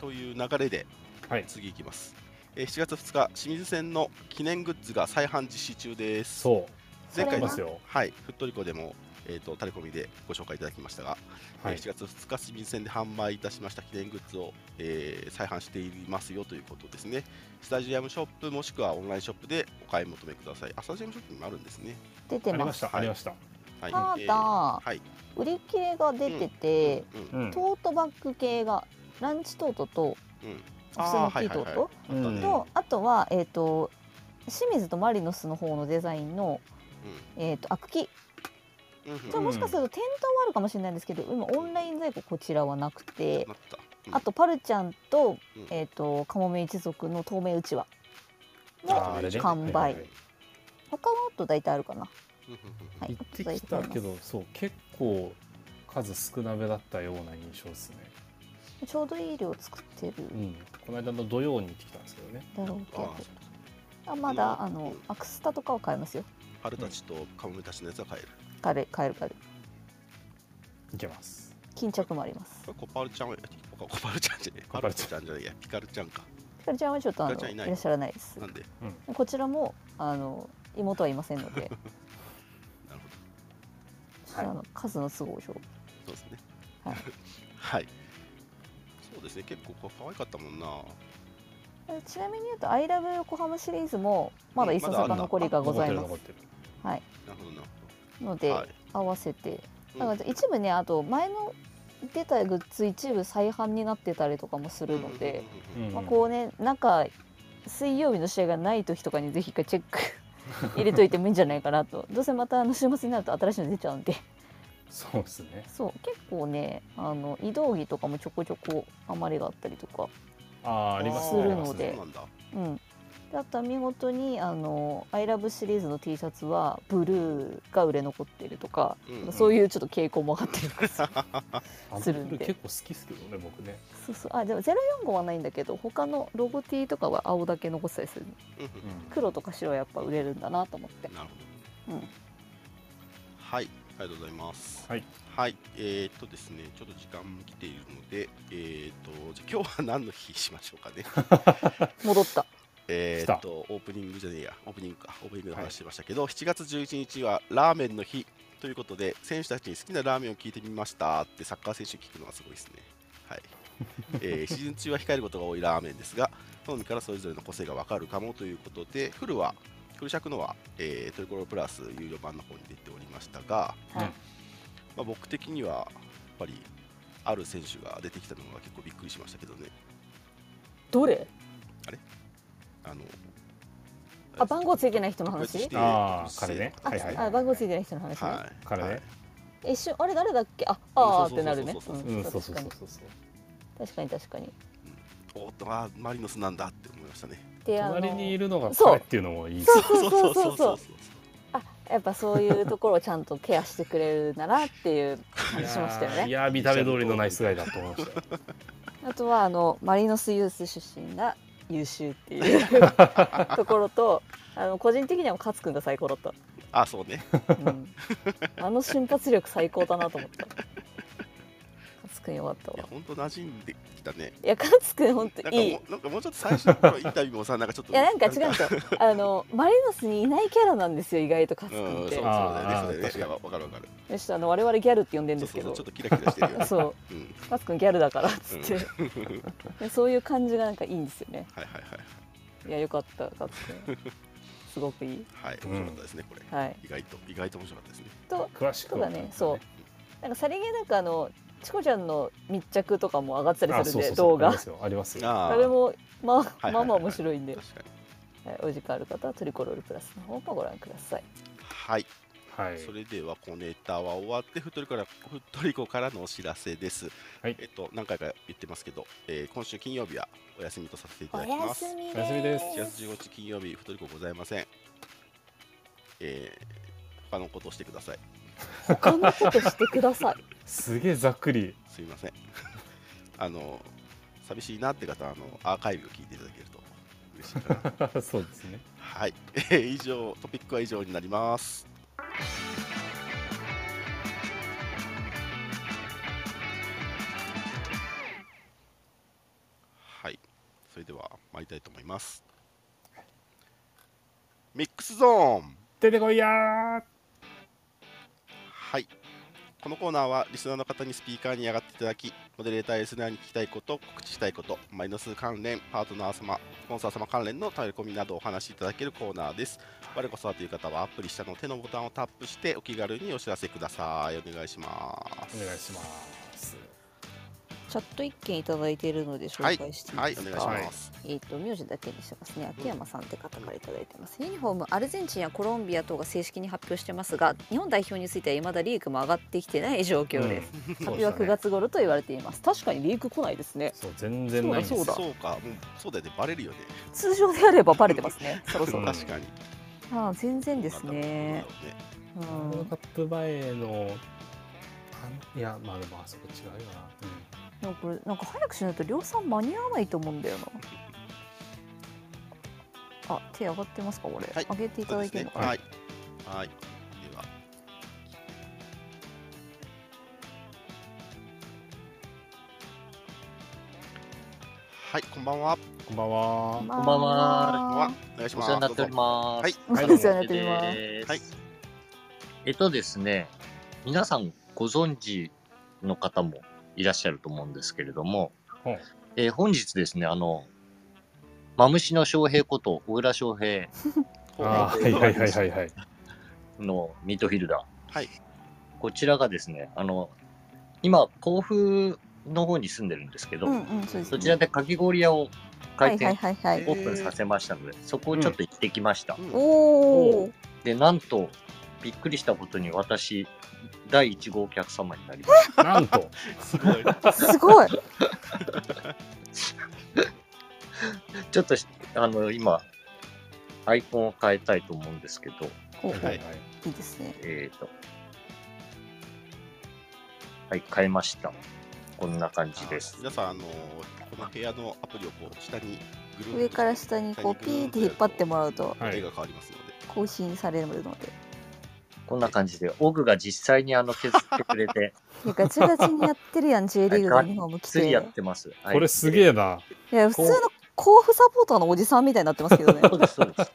Speaker 2: という流れで。
Speaker 1: はい
Speaker 2: 次いきます、えー7月2日清水戦の記念グッズが再販実施中です
Speaker 1: そう
Speaker 2: 前
Speaker 1: あ
Speaker 2: 回
Speaker 1: り
Speaker 2: の
Speaker 1: ますよ
Speaker 2: はいふっとりこでもえー、とタレコミでご紹介いただきましたが、
Speaker 1: は
Speaker 2: え
Speaker 1: い
Speaker 2: ー7月2日清水戦で販売いたしました記念グッズを、えー再販していますよということですねスタジアムショップもしくはオンラインショップでお買い求めくださいあスタジアムショップにもあるんですね
Speaker 3: 出
Speaker 1: あ
Speaker 3: て
Speaker 1: りま
Speaker 3: ま
Speaker 1: し
Speaker 3: す。
Speaker 1: たありました
Speaker 2: はい、
Speaker 3: た
Speaker 2: えー
Speaker 3: だ
Speaker 2: はい、
Speaker 3: 売り切れが出てて、
Speaker 2: うん
Speaker 1: う
Speaker 2: うん
Speaker 1: ん
Speaker 3: トートバッグ系がランチトートと普通
Speaker 2: あ
Speaker 3: の
Speaker 2: ー
Speaker 3: ティートー
Speaker 2: はいは
Speaker 3: ト、
Speaker 2: いはいあったね
Speaker 1: うん
Speaker 3: とあとは、えー、と清水とマリノスの方のデザインの、えー、とアクキ
Speaker 2: うんうん
Speaker 3: じゃあもしかすると店頭はあるかもしれないんですけど今オンライン在庫こちらはなくて
Speaker 2: なったうん
Speaker 3: あとパルちゃんと,、
Speaker 2: うん
Speaker 3: えー、とカモメ一族の透明うちわ
Speaker 1: あーあ
Speaker 3: の
Speaker 1: れね
Speaker 3: 完
Speaker 1: はい
Speaker 3: 売
Speaker 1: はい
Speaker 3: 他はあと大体あるかな、
Speaker 2: うんうんうん
Speaker 3: はい、
Speaker 1: 行ってきたけどそう結構数少なめだったような印象ですね
Speaker 3: ちょうどいい量作ってる
Speaker 1: うんこの間の土曜に行ってきたんですけどね
Speaker 3: だろうけ
Speaker 2: あ
Speaker 3: ど
Speaker 2: ー
Speaker 3: あまだ
Speaker 2: あ
Speaker 3: あ
Speaker 2: の
Speaker 3: のアクスタとかは買えますよ
Speaker 2: 春たちとカモメたちのやつは買える
Speaker 3: 買える買える買える
Speaker 1: 行けます
Speaker 3: 巾着もあります
Speaker 2: これコパルちゃんはコパルちゃんじゃねえ
Speaker 1: コ
Speaker 2: コ
Speaker 1: パ
Speaker 2: パ
Speaker 1: ル
Speaker 2: ル
Speaker 1: ちゃん
Speaker 2: ちゃんじゃねえやピカルちゃんか
Speaker 3: ひかるちゃんはちょっとあ
Speaker 2: ひかるちゃ
Speaker 3: の
Speaker 2: んい
Speaker 3: い
Speaker 2: ない
Speaker 3: らっしゃらないです
Speaker 2: なんで
Speaker 3: こちらもあの妹はいません ので
Speaker 2: なるほ
Speaker 1: は
Speaker 2: ど
Speaker 1: い
Speaker 3: あの数の都合上
Speaker 2: そうですね
Speaker 3: はい
Speaker 2: はいそうですね結構これ可愛かったもんな
Speaker 3: えちなみに言うと「アイラブ横浜」シリーズもまだ一冊
Speaker 2: まだある
Speaker 3: が
Speaker 2: んだ
Speaker 3: 残りがございま
Speaker 1: 残っ
Speaker 3: す
Speaker 1: てる
Speaker 3: はい
Speaker 2: なるほどなる
Speaker 3: ので、
Speaker 2: はい
Speaker 3: 合わせて
Speaker 2: ほど
Speaker 3: だから一部ねあと前の出たグッズ一部再販になってたりとかもするので、
Speaker 1: 残ってるうん
Speaker 3: まあ、こうねなんか水曜日の試合がない時とかにぜひ一回チェック 入れといてもいいんじゃないかなとどうせまたあの週末になると新しいの出ちゃうんで
Speaker 1: そうですね
Speaker 3: そう結構ねあの移動着とかもちょこちょこ余りがあったりとか
Speaker 1: あああります
Speaker 3: す
Speaker 1: ねあ
Speaker 3: る
Speaker 1: ります
Speaker 3: ので
Speaker 1: ね
Speaker 2: そうなんだ
Speaker 3: うん、であとは見事にあの「アイラブシリーズの T シャツはブルーが売れ残ってるとか、
Speaker 2: うんうん
Speaker 3: そういうちょっと傾向も上がってるんですよ
Speaker 1: あ
Speaker 3: するんで
Speaker 1: 僕結構好きですけどね僕ね
Speaker 3: そうそうあでも045はないんだけど他のロゴ T とかは青だけ残ってたりする
Speaker 2: うんうん
Speaker 3: 黒とか白はやっぱ売れるんだなと思って、
Speaker 2: なるほ
Speaker 3: うん、
Speaker 2: どはいありがとうございます
Speaker 1: はい
Speaker 2: はいえー、っとですねちょっと時間も来ているのでえー、っとじゃあ今日は何の日しましょうかね
Speaker 3: 戻った
Speaker 2: えーっとオープニングじゃねえやオープニングかオープニングの話してましたけど、7月11日はラーメンの日ということで選手たちに好きなラーメンを聞いてみましたってサッカー選手に聞くのがすごいですねはい、えーシーズン中は控えることが多いラーメンですが好みからそれぞれの個性がわかるかもということでフルはプルシャクのは、えートリコロプラス有料版の方に出ておりましたが、
Speaker 4: はい
Speaker 2: まあ、僕的にはやっぱりある選手が出てきたのが結構びっくりしましたけどね
Speaker 4: どれ
Speaker 2: あの
Speaker 4: あ番号ついてない人の
Speaker 2: 特別
Speaker 4: 話
Speaker 2: 指定
Speaker 1: ああ彼ね
Speaker 4: あ、
Speaker 1: はいはい
Speaker 4: あ番号ついてない人の話ね、
Speaker 2: はい
Speaker 1: 彼ね、
Speaker 4: 一瞬あれ誰だっけああーっ
Speaker 2: そうそうそうそう
Speaker 4: てなるね
Speaker 2: そうそう
Speaker 1: うんそうそ
Speaker 4: 確
Speaker 1: う
Speaker 4: か
Speaker 1: そう
Speaker 4: に
Speaker 1: そうそう
Speaker 4: 確かに確かに
Speaker 2: おっとあーマリノスなんだって思いましたね
Speaker 4: であの
Speaker 1: 隣にいるのが
Speaker 4: そう
Speaker 1: 彼っていうのもいい
Speaker 4: そうそうそうそうそう
Speaker 2: そう
Speaker 4: あやっぱそういうところをちゃんとケアしてくれるならっていう話しましたよ
Speaker 1: い
Speaker 4: ね
Speaker 1: やー見た目通りのナイスガイだと思いましたよ
Speaker 4: あとはあのマリノスユース出身が優秀っていう ところとあの個人的には勝君が最高だった、
Speaker 2: あそう ね
Speaker 4: うん、あの瞬発力最高だなと思った勝君よかった
Speaker 2: いや
Speaker 4: わ
Speaker 2: 本当馴染んできたね
Speaker 4: いや勝君本
Speaker 2: な
Speaker 4: 当
Speaker 2: んかも
Speaker 4: いい
Speaker 2: なんかもうちょっと最初の頃インタビューもさなんかちょっと
Speaker 4: いやなんか違うんですよあのマリノスにいないキャラなんですよ意外と勝
Speaker 2: うん
Speaker 4: 君
Speaker 2: そうそう
Speaker 4: っ
Speaker 2: だ
Speaker 4: て
Speaker 2: よ
Speaker 1: あ
Speaker 4: ち
Speaker 2: ね
Speaker 1: あああ
Speaker 2: そうだよねいやわかるわかる
Speaker 4: ょっとあの我々ギャルって呼んでるん
Speaker 2: そ
Speaker 4: で
Speaker 2: う
Speaker 4: す
Speaker 2: そ
Speaker 4: け
Speaker 2: う
Speaker 4: ど
Speaker 2: そうちょっとキラキラしてる よね
Speaker 4: そう
Speaker 2: うん
Speaker 4: 勝君ギャルだからっつって
Speaker 2: うん
Speaker 4: でそういう感じがなんかいいんですよね
Speaker 2: はいはいはい
Speaker 4: いやよかった勝君すごくいい
Speaker 2: はい面白かったですねこれ
Speaker 4: はい
Speaker 2: 意外と意外と面白かったですね
Speaker 4: と
Speaker 1: 詳しくは
Speaker 4: そうだねなんかさりげなくあのチコちゃんの密着とかも上がってたりするんで動
Speaker 1: ありま
Speaker 4: 画
Speaker 1: すよありますよ
Speaker 2: あ
Speaker 4: あ
Speaker 2: ー
Speaker 4: れもまあ、
Speaker 2: はいはいはい
Speaker 4: まあまあ面白いんで、
Speaker 2: 確かに
Speaker 4: はいお時間ある方はトリコロールプラスの方もご覧ください
Speaker 2: はい
Speaker 1: はい
Speaker 2: それでは小ネタは終わってフットリコからフットリコからのお知らせです、
Speaker 1: はい
Speaker 2: えっと何回か言ってますけど、えー今週金曜日はお休みとさせていただきます
Speaker 4: み
Speaker 1: おやすみです
Speaker 2: 1月15日金曜日フットリコございませんえー、他のことをしてください
Speaker 4: 他のことしてください
Speaker 1: すげえざっくり
Speaker 2: すいません あの寂しいなって方はあのアーカイブを聞いていただけると嬉しいかな
Speaker 1: そうですね
Speaker 2: はい、 えー以上トピックは以上になりますはいそれでは参りたいと思いますミックスゾーン
Speaker 1: 出てこいやー
Speaker 2: はい。このコーナーはリスナーの方にスピーカーに上がっていただき、モデレーターやリスナーに聞きたいこと、告知したいこと、マイナス関連、パートナー様、スポンサー様関連のタレコミなどをお話しいただけるコーナーです。我こそはという方はアプリ下の手のボタンをタップしてお気軽にお知らせください。お願いします。
Speaker 1: お願いします
Speaker 3: チャット一件いただいているので紹介していい
Speaker 2: はい
Speaker 3: で、
Speaker 2: お
Speaker 3: す
Speaker 2: 願い
Speaker 3: か、
Speaker 2: します。
Speaker 3: えー、と名字だけにしますね秋山さんって方からいただいてますユニフォームアルゼンチンやコロンビア等が正式に発表してますが日本代表についてはいまだリークも上がってきてない状況です、
Speaker 1: うん
Speaker 4: 発
Speaker 1: そう
Speaker 4: 表
Speaker 1: で
Speaker 4: は9
Speaker 1: すね
Speaker 4: 月頃と言われています確かにリーク来ないですね
Speaker 1: そう全然ないんです
Speaker 4: そうだ
Speaker 2: そうか、もうそうだよね、バレるよね。
Speaker 4: 通常であればバレてますねそろそろ
Speaker 1: ん
Speaker 2: 確かに。
Speaker 3: ああ全然ですね
Speaker 2: そうだろ
Speaker 1: ワー
Speaker 2: うね
Speaker 3: う
Speaker 1: ルド
Speaker 3: ん
Speaker 1: カップ前のあんいやまあでもあそこ違うよな、う
Speaker 3: なんかこれなんか早くしないと量産間に合わないと思うんだよなあ手上がってますかこれ、
Speaker 2: はい
Speaker 3: 上げていた
Speaker 2: そう
Speaker 3: だ
Speaker 2: で
Speaker 3: い
Speaker 2: す
Speaker 3: てるの
Speaker 2: ね。
Speaker 3: かな、
Speaker 2: はい。はい。では。はい、こんばんは。
Speaker 1: ん、こんばんは
Speaker 6: こんばん
Speaker 2: こん
Speaker 6: は
Speaker 2: ばんは。お願いし
Speaker 6: お
Speaker 2: ます。
Speaker 6: 世話になっております。
Speaker 2: はい
Speaker 1: はい
Speaker 3: お世話になっております
Speaker 6: で
Speaker 2: はい
Speaker 6: えっとですね、皆さんご存知の方もいらっしゃると思うんですけれども、
Speaker 1: はい
Speaker 6: えー本日ですね、あの、マムシの翔平こと小倉翔平
Speaker 2: どうぞ。
Speaker 1: あーはいはいはいはいはい
Speaker 6: のミッドフィルダー。
Speaker 2: はい
Speaker 6: こちらがですね、あの、今、甲府の方に住んでるんですけど、
Speaker 3: うんうんそうです
Speaker 6: そちらでかき氷屋を
Speaker 3: は
Speaker 6: 開
Speaker 3: いはい
Speaker 6: 店
Speaker 3: はいは
Speaker 2: え
Speaker 3: い
Speaker 6: オープンさせましたので、そこをちょっと行ってきました。
Speaker 2: うん
Speaker 3: お
Speaker 1: お
Speaker 3: お
Speaker 6: で、なんと、びっくりしたことに私、第1号お客様になりまし
Speaker 1: なんと
Speaker 2: すごい。
Speaker 3: すごい
Speaker 6: た。ちょっとし、あの、今、アイコンを変えたいと思うんですけど、
Speaker 3: おお、
Speaker 1: はいはい
Speaker 3: い、いですね
Speaker 6: えっ、と、はい、変えました。こんな感じです。
Speaker 2: 皆さん、あの、この部屋のアプリをこう、下にぐるんと。
Speaker 3: 上から下にこうピーって引っ張ってもらうと
Speaker 1: はい
Speaker 2: 絵が変わりますので。
Speaker 3: 更新されるので
Speaker 6: こんな感じで、オグが実際にあの削ってくれて、
Speaker 3: いやガチガチにやってるやん J リーグのユニフォーム着
Speaker 6: つ
Speaker 3: て
Speaker 6: い
Speaker 3: い
Speaker 6: やってます。はい
Speaker 1: これすげえな、
Speaker 3: や普通の甲府サポーターのおじさんみたいになってますけどね
Speaker 6: そうです、そうです。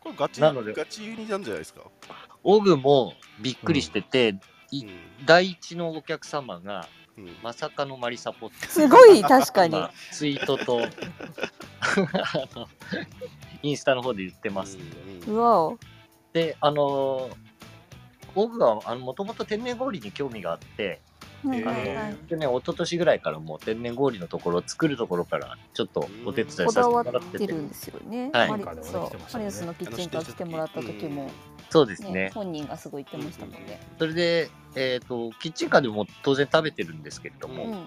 Speaker 2: これガチ、
Speaker 6: なので
Speaker 2: ガチユニなんじゃないですか。
Speaker 6: オグもびっくりしてて、
Speaker 2: う
Speaker 6: い
Speaker 2: ん。
Speaker 6: 第一のお客様が、
Speaker 2: うん
Speaker 6: まさかのマリサポって
Speaker 3: すごい確かに
Speaker 6: 今ツイートとあのインスタの方で言ってます。
Speaker 2: うん
Speaker 3: うわお。
Speaker 6: で、あのー僕はあのもともと天然氷に興味があって、
Speaker 2: うん
Speaker 3: はいはいはい
Speaker 2: え
Speaker 6: 去年、一昨年ぐらいからもう天然氷のところ、作るところからちょっとお手伝いさ
Speaker 3: こ
Speaker 6: せて
Speaker 3: だわ
Speaker 6: も
Speaker 3: っ
Speaker 6: らって
Speaker 3: て
Speaker 6: て、
Speaker 3: るんですよね。
Speaker 6: はい
Speaker 3: マリ
Speaker 1: なんかでもね
Speaker 3: そ
Speaker 1: 来てまし
Speaker 3: う
Speaker 1: た
Speaker 3: マ
Speaker 1: ね
Speaker 3: リウスのキッチンカー来てもらった時も、
Speaker 6: そうです
Speaker 3: ね
Speaker 6: ね。
Speaker 3: 本人がすごい言ってましたもんね。
Speaker 6: それで、えっ、と、キッチンカーでも当然食べてるんですけれども、
Speaker 2: う
Speaker 3: うんんうん。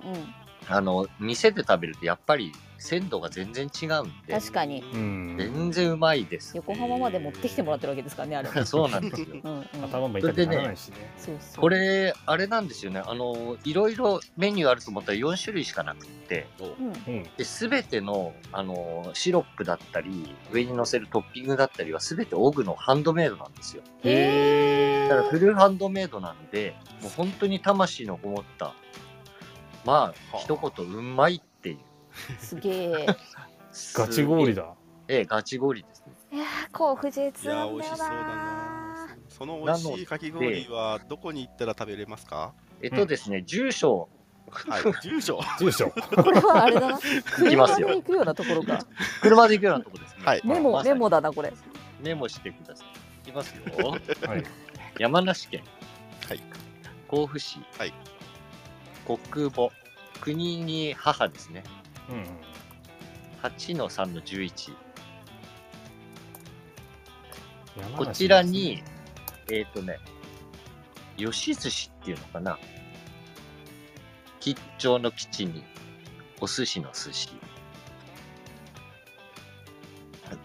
Speaker 6: あの、店で食べるとやっぱり鮮度が全然違うんで、
Speaker 3: 確かに
Speaker 1: うん
Speaker 6: 全然うまいです。
Speaker 3: 横浜まで持ってきてもらってるわけですからね、あれ。う
Speaker 6: そうなんですよ。
Speaker 3: んうん。
Speaker 1: 頭も痛くならないしね
Speaker 3: そうそう。
Speaker 6: これ、あれなんですよね。あの、いろいろメニューあると思ったら4種類しかなくって、
Speaker 3: うん。
Speaker 1: うん
Speaker 6: で、すべての、あの、シロップだったり、上に乗せるトッピングだったりは、すべてオグのハンドメイドなんですよ。
Speaker 1: へ
Speaker 6: だから フルハンドメイドなんで、もう本当に魂のこもった、まあ、
Speaker 2: はあ
Speaker 6: 一言、うまいっていう。
Speaker 3: すげえ。
Speaker 1: ガチ氷
Speaker 6: だ。
Speaker 1: だ
Speaker 6: ええ、ガチ氷ですね。
Speaker 4: いやー甲府 J2
Speaker 2: いや
Speaker 4: な
Speaker 2: ー
Speaker 4: ん
Speaker 2: 美
Speaker 4: だよ
Speaker 2: 味しそうだ
Speaker 4: な
Speaker 2: なその美味しいかき氷はどこに行ったら食べれますか
Speaker 6: えっとですね、住所、
Speaker 2: はい住 所
Speaker 1: 住所
Speaker 3: これはあれだな。
Speaker 6: 行きま
Speaker 3: 車
Speaker 6: す
Speaker 3: で
Speaker 6: よ。
Speaker 3: 行くようなところか。
Speaker 6: 車で行くようなとこですね。
Speaker 2: はい
Speaker 3: メ
Speaker 6: ま
Speaker 3: モ
Speaker 6: さに
Speaker 3: メモだなこれ。
Speaker 6: メモしてください。いきますよ。
Speaker 1: はい
Speaker 6: 山梨県、
Speaker 2: はい
Speaker 6: 甲府市、
Speaker 2: はい
Speaker 6: 国母、国に母ですね。
Speaker 1: うん うん
Speaker 6: 8の3の11。
Speaker 1: 山
Speaker 6: こ
Speaker 1: 梨
Speaker 6: ちらに、えっ、とね、吉寿司っていうのかな。吉兆の吉に、お寿司の寿司。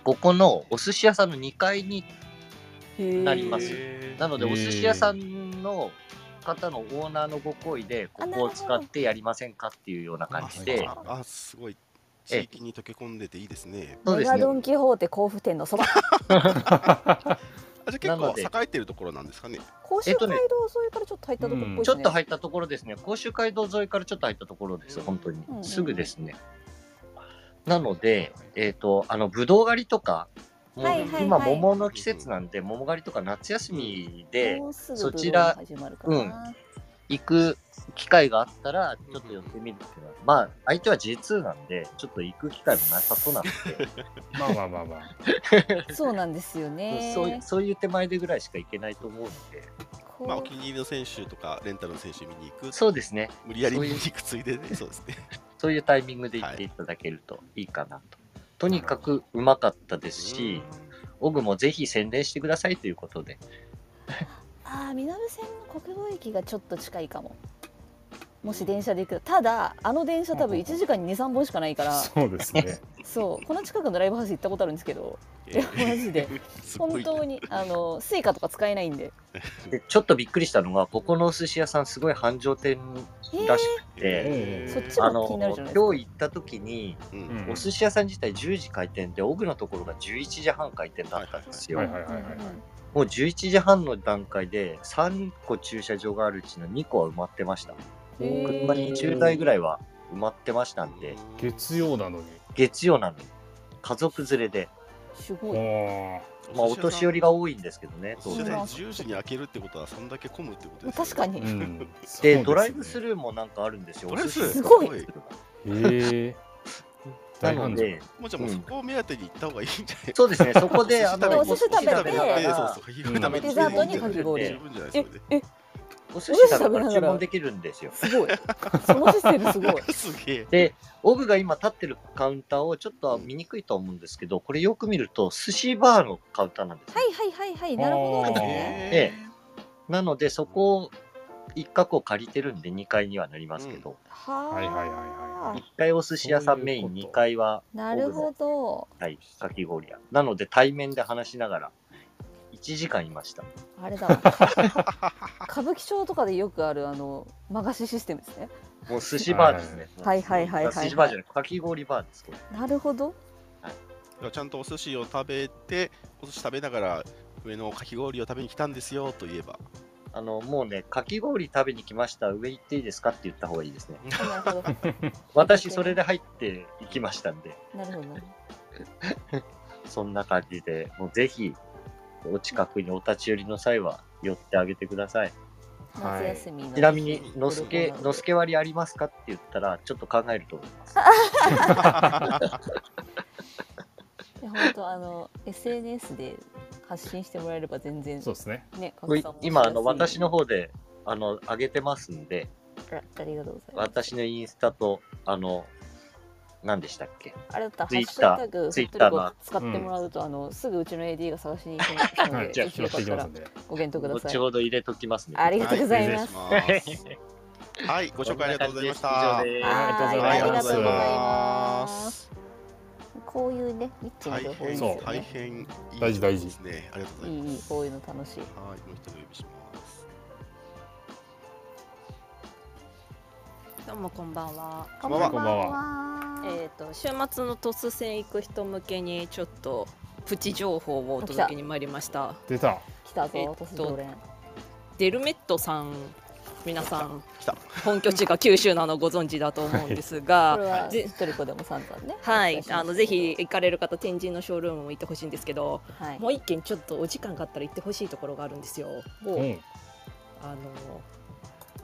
Speaker 6: ここのお寿司屋さんの2階に
Speaker 3: へえ
Speaker 6: なります
Speaker 2: へー
Speaker 6: なので、
Speaker 1: へー
Speaker 6: お寿司屋さんの方のオーナーのご好意で、ここを使ってやりませんかっていうような感じで、
Speaker 2: ああすごい地域に溶け込んでていいですね
Speaker 6: そう
Speaker 4: メ
Speaker 6: です
Speaker 4: ガ
Speaker 6: ね
Speaker 4: ド、ンキホーテ甲府店のそば
Speaker 2: あじゃあ
Speaker 6: なので
Speaker 2: 結構栄えてるところなんですかね
Speaker 3: 甲州街道沿いからちょっと入ったとこっぽいですね。
Speaker 6: ちょっと入ったところですね、甲州街道沿いからちょっと入ったところです、本当に
Speaker 3: うんう。ん
Speaker 6: すぐですね。なので、えっ、と、あの、ぶどう狩りとか、もう
Speaker 4: はいはいはい
Speaker 6: 今、桃の季節なんで、桃狩りとか夏休みで
Speaker 3: もうすぐ
Speaker 6: そち
Speaker 3: ブ
Speaker 6: ら
Speaker 3: ドウが始まるからな。
Speaker 6: 行く機会があったら、ちょっと寄ってみるっていうのは、まあ、相手は J2 なんで、ちょっと行く機会もなさそうなんで、
Speaker 1: まあまあまあまあ
Speaker 3: そうなんですよね。
Speaker 6: そういうそういう手前でぐらいしか行けないと思うので、
Speaker 3: こう
Speaker 2: まあお気に入りの選手とかレンタルの選手見に行く
Speaker 6: そうですね、
Speaker 2: 無理やり見に行くついででそうですね
Speaker 6: そういうタイミングで行っていただけるといいかなと。とにかくうまかったですし、オグもぜひ宣伝してくださいということで、
Speaker 3: ああ南線の国道駅がちょっと近いかももし電車で行くとただあの電車多分1時間に23本しかない から
Speaker 1: そうですね
Speaker 3: そうこの近くのライブハウス行ったことあるんですけどいやマジで
Speaker 2: すご
Speaker 3: 本
Speaker 2: い
Speaker 3: 当にあのスイカとか使えないんで
Speaker 6: でちょっとびっくりしたのが、ここのお寿司屋さん、すごい繁盛店
Speaker 3: えー
Speaker 6: らしくて、
Speaker 1: え
Speaker 3: そっち
Speaker 6: あ
Speaker 3: も気にな
Speaker 6: の
Speaker 3: るじゃないですか
Speaker 6: 今日行った時に、
Speaker 2: うん
Speaker 1: うん
Speaker 6: お寿司屋さん自体10時開店で、オグのところが11時半開店だったんですよ
Speaker 1: はい。はいはいはいはい
Speaker 6: もう11時半の段階で、3個駐車場があるうちの2個は埋まってました。
Speaker 3: へー
Speaker 6: 車20台ぐらいは埋まってましたんで、
Speaker 1: 月曜なのに
Speaker 6: 月曜なのに、家族連れで、
Speaker 3: す
Speaker 1: お
Speaker 3: ごい
Speaker 1: ー
Speaker 6: まあ、お年寄りが多いんですけどね、
Speaker 2: そ
Speaker 6: 当
Speaker 2: うで
Speaker 6: 然。
Speaker 2: 10時に開けるってことはそんだけ混むってことですよね
Speaker 3: 確かに、
Speaker 1: うん
Speaker 6: でドライブス
Speaker 1: る
Speaker 6: ルーもなんかあるんですよ。
Speaker 2: ドライブス
Speaker 6: お
Speaker 2: ルー
Speaker 6: 寿司
Speaker 3: すごい
Speaker 6: ドライブスルー
Speaker 1: へえ
Speaker 6: な
Speaker 1: 大
Speaker 6: の
Speaker 1: 繁盛
Speaker 6: で、
Speaker 2: もうじゃあもうそこを目当てに行った方がいいんじゃない
Speaker 6: そうですね、そこで、あの、
Speaker 3: お寿司食べて
Speaker 6: お寿司なが
Speaker 2: そう
Speaker 6: ら
Speaker 2: そう、かき氷食べて
Speaker 3: デザートにか
Speaker 2: 十
Speaker 3: き氷
Speaker 2: 分じゃない
Speaker 3: え
Speaker 2: それ
Speaker 3: え
Speaker 6: お寿
Speaker 3: お寿司
Speaker 6: 司食べなが
Speaker 3: 食べなが
Speaker 6: ら
Speaker 3: ら
Speaker 6: 注文できるんですよ。
Speaker 3: すごいそのシステムすごい
Speaker 2: で。すげえ。
Speaker 6: で、オグが今立ってるカウンターをちょっとは見にくいとは思うんですけど、これよく見ると、寿司バーのカウンターなんですよ。
Speaker 3: はいはいはいはいなるほどですね
Speaker 6: えなので、そこを、一角を借りてるんで、2階にはなりますけど、
Speaker 3: はあ、
Speaker 1: はいはいはいは
Speaker 6: 1階お寿司屋さんメイ
Speaker 1: そ
Speaker 6: ン、
Speaker 1: ういうこと
Speaker 6: 2階は、
Speaker 3: なるほど
Speaker 6: はい、かき氷屋。なので、対面で話しながら、1時間いました。
Speaker 3: あれ だ歌舞伎町とかでよくあるあの魔菓子システムですね
Speaker 6: もう寿司バーですね。
Speaker 3: はいはいはいはいはい
Speaker 6: 寿司バーじゃない、かき氷バーです、これ。
Speaker 3: なるほど
Speaker 2: だからちゃんとお寿司を食べて、お寿司食べながら、上のかき氷を食べに来たんですよと言えば。
Speaker 6: あの、もうね、かき氷食べに来ました、上行っていいですかって言った方がいいですね。
Speaker 3: なる ほど
Speaker 6: 私、それで入って行きましたんで、
Speaker 3: なるほど
Speaker 6: そんな感じで、もうぜひ、お近くにお立ち寄りの際は、寄ってあげてくださ
Speaker 1: は
Speaker 6: い。
Speaker 1: い
Speaker 3: 夏休みの、
Speaker 6: ちなみに、のすけ、
Speaker 3: うん
Speaker 6: のすけ割ありますかって言ったら、ちょっと考えると思います。
Speaker 3: や本当あの SNS で発信してもらえれば全然
Speaker 1: そうですね
Speaker 3: ね拡
Speaker 6: これ
Speaker 3: 散もしやすい
Speaker 6: 今、あの、私の方で、あの、上げてますんで、
Speaker 3: あありがとうございます
Speaker 6: 私のインスタと、あの、何でしたっけ
Speaker 3: あれだったらハッ
Speaker 6: Twitter
Speaker 3: シュタグフット
Speaker 6: Twitter
Speaker 3: リ
Speaker 6: の
Speaker 3: コ使ってもらうと、あのすぐうちの AD が探しに行きますの
Speaker 1: は
Speaker 3: で、
Speaker 1: い
Speaker 6: じゃあ
Speaker 3: ぜひ
Speaker 1: 拾
Speaker 3: よ
Speaker 1: っ
Speaker 3: か
Speaker 1: てい
Speaker 3: っ
Speaker 1: き
Speaker 3: た
Speaker 1: ます
Speaker 3: ら
Speaker 1: んで
Speaker 3: ご検討ください
Speaker 6: 後ほど入れときますね。
Speaker 3: あり
Speaker 6: は
Speaker 3: がとうございます、
Speaker 2: はいお願いしますはい、ご紹介ありがとうございました。
Speaker 6: こんな感じで以上
Speaker 3: はい
Speaker 6: です
Speaker 1: ありがとうございます
Speaker 2: はいありがとうございま。
Speaker 3: ありがとうございます
Speaker 4: こういうねニッチな
Speaker 2: 大
Speaker 4: 情報いいで
Speaker 2: 変
Speaker 4: す
Speaker 1: そ
Speaker 4: よ
Speaker 1: う
Speaker 2: 大
Speaker 4: ね
Speaker 2: 変いい
Speaker 1: 大事大事
Speaker 2: ですね。ありがとうござい
Speaker 3: い
Speaker 2: ま
Speaker 3: いいいこういうの楽しい
Speaker 2: す。はい、もう一度お呼びします。
Speaker 7: どうもこんばんは。
Speaker 1: こんばんはこんばん
Speaker 7: えっ、と週末の鳥栖戦行く人向けにちょっとプチ情報をお届けに参りました。
Speaker 1: 出た
Speaker 4: 来た
Speaker 7: えっ
Speaker 4: ぞ
Speaker 7: と
Speaker 4: 私常連
Speaker 7: デルメットさん、皆さん
Speaker 2: 来た。
Speaker 7: 本拠地が九州なのご存知だと思うんです
Speaker 4: これ
Speaker 7: が、
Speaker 4: は
Speaker 7: ぜ
Speaker 4: 一人子でも散々ね
Speaker 7: はい、あのぜひ行かれる方天神のショールームも行ってほしいんですけど、
Speaker 4: はい
Speaker 7: もう一軒ちょっとお時間があったら行ってほしいところがあるんですよ。
Speaker 1: うん
Speaker 7: あの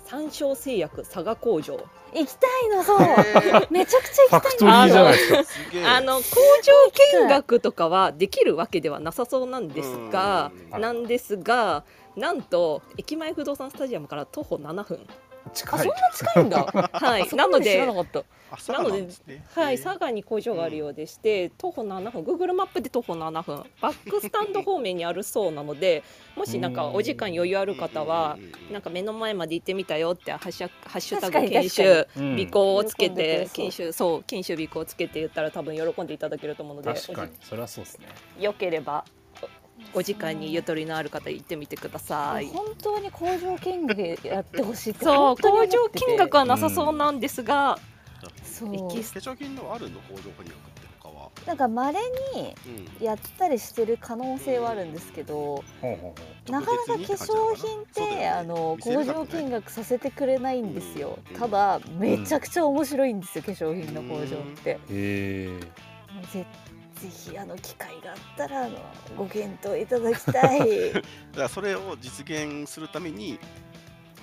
Speaker 7: 三商製薬佐賀工場。
Speaker 4: 行きたいのそうめちゃくち
Speaker 1: ファクトリーじゃないですか
Speaker 2: すげえ。
Speaker 7: あの工場見学とかはできるわけではなさそうなんですが
Speaker 1: うん
Speaker 7: なんですがなんと駅前不動産スタジアムから徒歩7分
Speaker 1: 近い
Speaker 4: ゃ近いんだ
Speaker 7: はい
Speaker 4: そこ
Speaker 7: な
Speaker 4: ま
Speaker 7: の
Speaker 4: で知ら
Speaker 7: で
Speaker 4: なかった
Speaker 2: 朝なのですね。
Speaker 7: はい、佐賀に工場があるようでして、徒歩7分 Google マップで徒歩7分バックスタンド方面にあるそうなのでもしなんかお時間余裕あ
Speaker 2: あ
Speaker 7: る方はなん
Speaker 2: か
Speaker 7: か目の前まで行ってみたよってハッシュハッシュ
Speaker 4: 確
Speaker 7: タグ
Speaker 4: かに
Speaker 7: 研
Speaker 4: 確
Speaker 7: 修
Speaker 1: うん
Speaker 7: 尾行をつけ
Speaker 4: 喜んでくれ
Speaker 7: て
Speaker 4: そう
Speaker 7: 研修そう研修尾行をつけて言ったら多分喜んでいただけると思うので
Speaker 1: 確かにそれはそうですね
Speaker 7: よければお時間にゆとりのある方行ってみてください。
Speaker 4: 本当に工場見学やってほしいって
Speaker 7: そう
Speaker 4: 本当
Speaker 7: 工
Speaker 4: に思
Speaker 7: 場
Speaker 4: ってて
Speaker 7: 見学はなさそうなんですが、
Speaker 4: そう
Speaker 7: エキス
Speaker 2: 化粧品のあるの工場見学ってとかは。
Speaker 4: なんかまれに
Speaker 2: うん。
Speaker 4: やったりしてる可能性はあるんですけど
Speaker 1: ほうほうほ
Speaker 4: なかなか化粧品ってあの工場見学させてくれないんですよ
Speaker 2: うん
Speaker 4: ただめちゃくちゃ面白いんですよ化粧品の工場って
Speaker 1: うへえ
Speaker 4: ぜぜひあの機会があったらあのご検討いただきたい
Speaker 2: だからそれを実現するために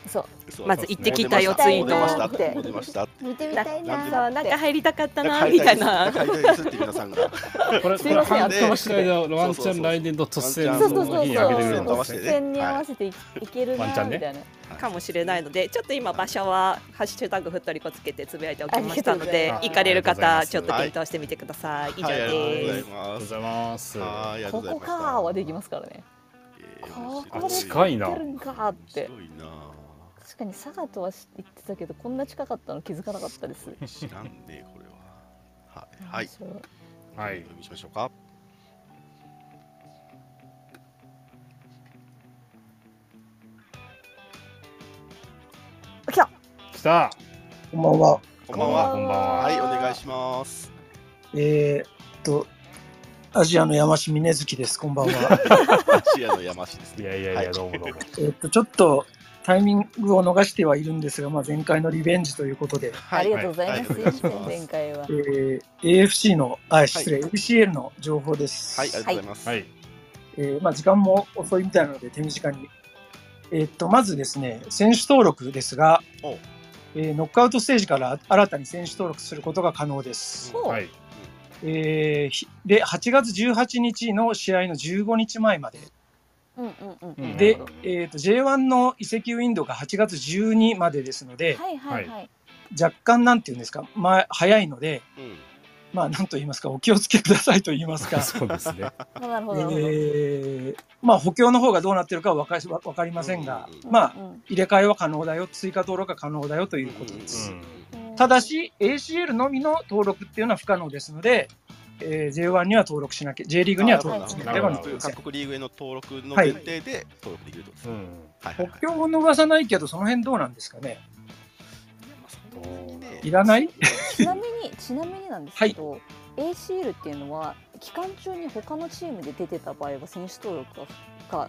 Speaker 4: そう
Speaker 2: そう
Speaker 7: まず行ってきたよツイート
Speaker 2: も
Speaker 7: を
Speaker 2: う出ましたもう出
Speaker 4: 見てみ
Speaker 2: ました
Speaker 4: たい
Speaker 2: な
Speaker 4: な
Speaker 2: ー
Speaker 7: そうなんか入りたかった
Speaker 2: なん
Speaker 7: な
Speaker 2: か
Speaker 7: みたいな。
Speaker 2: 買いたいですって皆さんが
Speaker 1: これこ
Speaker 4: す
Speaker 1: れ
Speaker 4: いません
Speaker 1: 半
Speaker 2: 熱く
Speaker 1: 年次第だワンちゃん来年の突然
Speaker 4: そうそう
Speaker 1: の
Speaker 4: そう
Speaker 1: 日に
Speaker 4: そ
Speaker 1: あ
Speaker 4: う
Speaker 1: げてくれるん
Speaker 2: と
Speaker 1: で
Speaker 2: わ
Speaker 1: す
Speaker 2: せ
Speaker 1: ね
Speaker 2: て
Speaker 4: 突然に合わせてい,、けるな
Speaker 1: ワン
Speaker 4: み
Speaker 1: チ
Speaker 4: た
Speaker 1: ャ
Speaker 4: い
Speaker 1: ン
Speaker 4: な、
Speaker 1: ね
Speaker 7: かもしれないのでちょっと今場所は「ハッシュタグふったりこ」つけてつぶやいておきましたので
Speaker 1: あり
Speaker 7: 行
Speaker 1: がとうございます
Speaker 7: かれる
Speaker 1: あ
Speaker 7: 方
Speaker 1: り
Speaker 7: ち
Speaker 1: がとう
Speaker 7: ょっと
Speaker 1: ございます
Speaker 7: 検討してみてください以上
Speaker 2: はいありがとうござ
Speaker 1: ありがとうご
Speaker 2: いま
Speaker 7: です
Speaker 2: す
Speaker 1: ざいます
Speaker 2: はいありが
Speaker 4: こ
Speaker 2: とうござい
Speaker 4: こ
Speaker 2: まし
Speaker 4: か
Speaker 2: た
Speaker 4: ーはできますからね
Speaker 2: えー面白
Speaker 1: あ近いな
Speaker 4: ここで行ってるんかーって
Speaker 2: 面白いな
Speaker 4: 確かに佐賀とは知言ってたけどこんな近かったの気づかなかったです
Speaker 2: 知らんねこれははい、はい、
Speaker 4: 面白い
Speaker 1: はい
Speaker 2: お呼びしましょうか
Speaker 4: 来た
Speaker 1: 来た
Speaker 8: こんばんは。
Speaker 2: こんばんは
Speaker 1: こんばんは
Speaker 2: はいお願いします
Speaker 8: えー、っと、アジアの山下峰月です。こんば んは。
Speaker 2: 視野の山市です
Speaker 1: い
Speaker 2: ね
Speaker 1: やいやい
Speaker 2: は
Speaker 1: やどうもどうも
Speaker 8: えーっと、ちょっとタイミングを逃してはいるんですが、まあ、前回のリベンジということで、
Speaker 2: は
Speaker 4: あ
Speaker 2: い
Speaker 4: りがとうございます。
Speaker 2: は
Speaker 4: すい
Speaker 2: いお願
Speaker 4: ま
Speaker 2: いし
Speaker 4: せ
Speaker 2: ま
Speaker 4: ん、
Speaker 2: す
Speaker 4: 前回は
Speaker 8: え。ー、AFC の、あ、失礼、AFCL の情報です。
Speaker 2: はいありがとうございます、
Speaker 1: はい
Speaker 8: えーまあ、時間も遅いみたいなので、手短に。えーっと、まずですね、選手登録ですが
Speaker 2: お、
Speaker 8: えーノックアウトステージから新たに選手登録することが可能です。
Speaker 4: そう
Speaker 1: はい
Speaker 8: えーひで8月18日の試合の15日前まで、
Speaker 4: うんうんうん
Speaker 1: うん
Speaker 8: で
Speaker 1: なるほど、
Speaker 8: えー、と J1 の移籍ウィンドウが8月12までですので、
Speaker 4: はいはいはい。
Speaker 8: 若干なんていうんですか、まあ、早いので、
Speaker 2: うん
Speaker 8: まあ、なんと言いますか、お気をつけくださいと言いますか、
Speaker 1: そうですね
Speaker 4: あなるほど
Speaker 8: え
Speaker 4: なるほど。
Speaker 8: ーまあ、補強の方がどうなってるかはわかわわかりませんが、まあ、
Speaker 4: うん
Speaker 8: 入れ替えは可能だよ、追加登録は可能だよということです。
Speaker 1: うん
Speaker 4: うん
Speaker 8: ただし、ACL のみの登録っていうのは不可能ですので、えー J1 には登録しなきゃ、J リーグには登録しなければなりません。
Speaker 2: 各国リーグへの登録の前提で登録できるってことです
Speaker 1: う
Speaker 2: ね
Speaker 1: ん
Speaker 2: はいはい
Speaker 8: 補
Speaker 2: はい
Speaker 8: 強を逃さないけど、その辺どうなんですかね。
Speaker 2: ね
Speaker 8: いらない
Speaker 4: ちなみにちなみになんですけど、ACL っていうのは期間中に他のチームで出てた場合は選手登録がか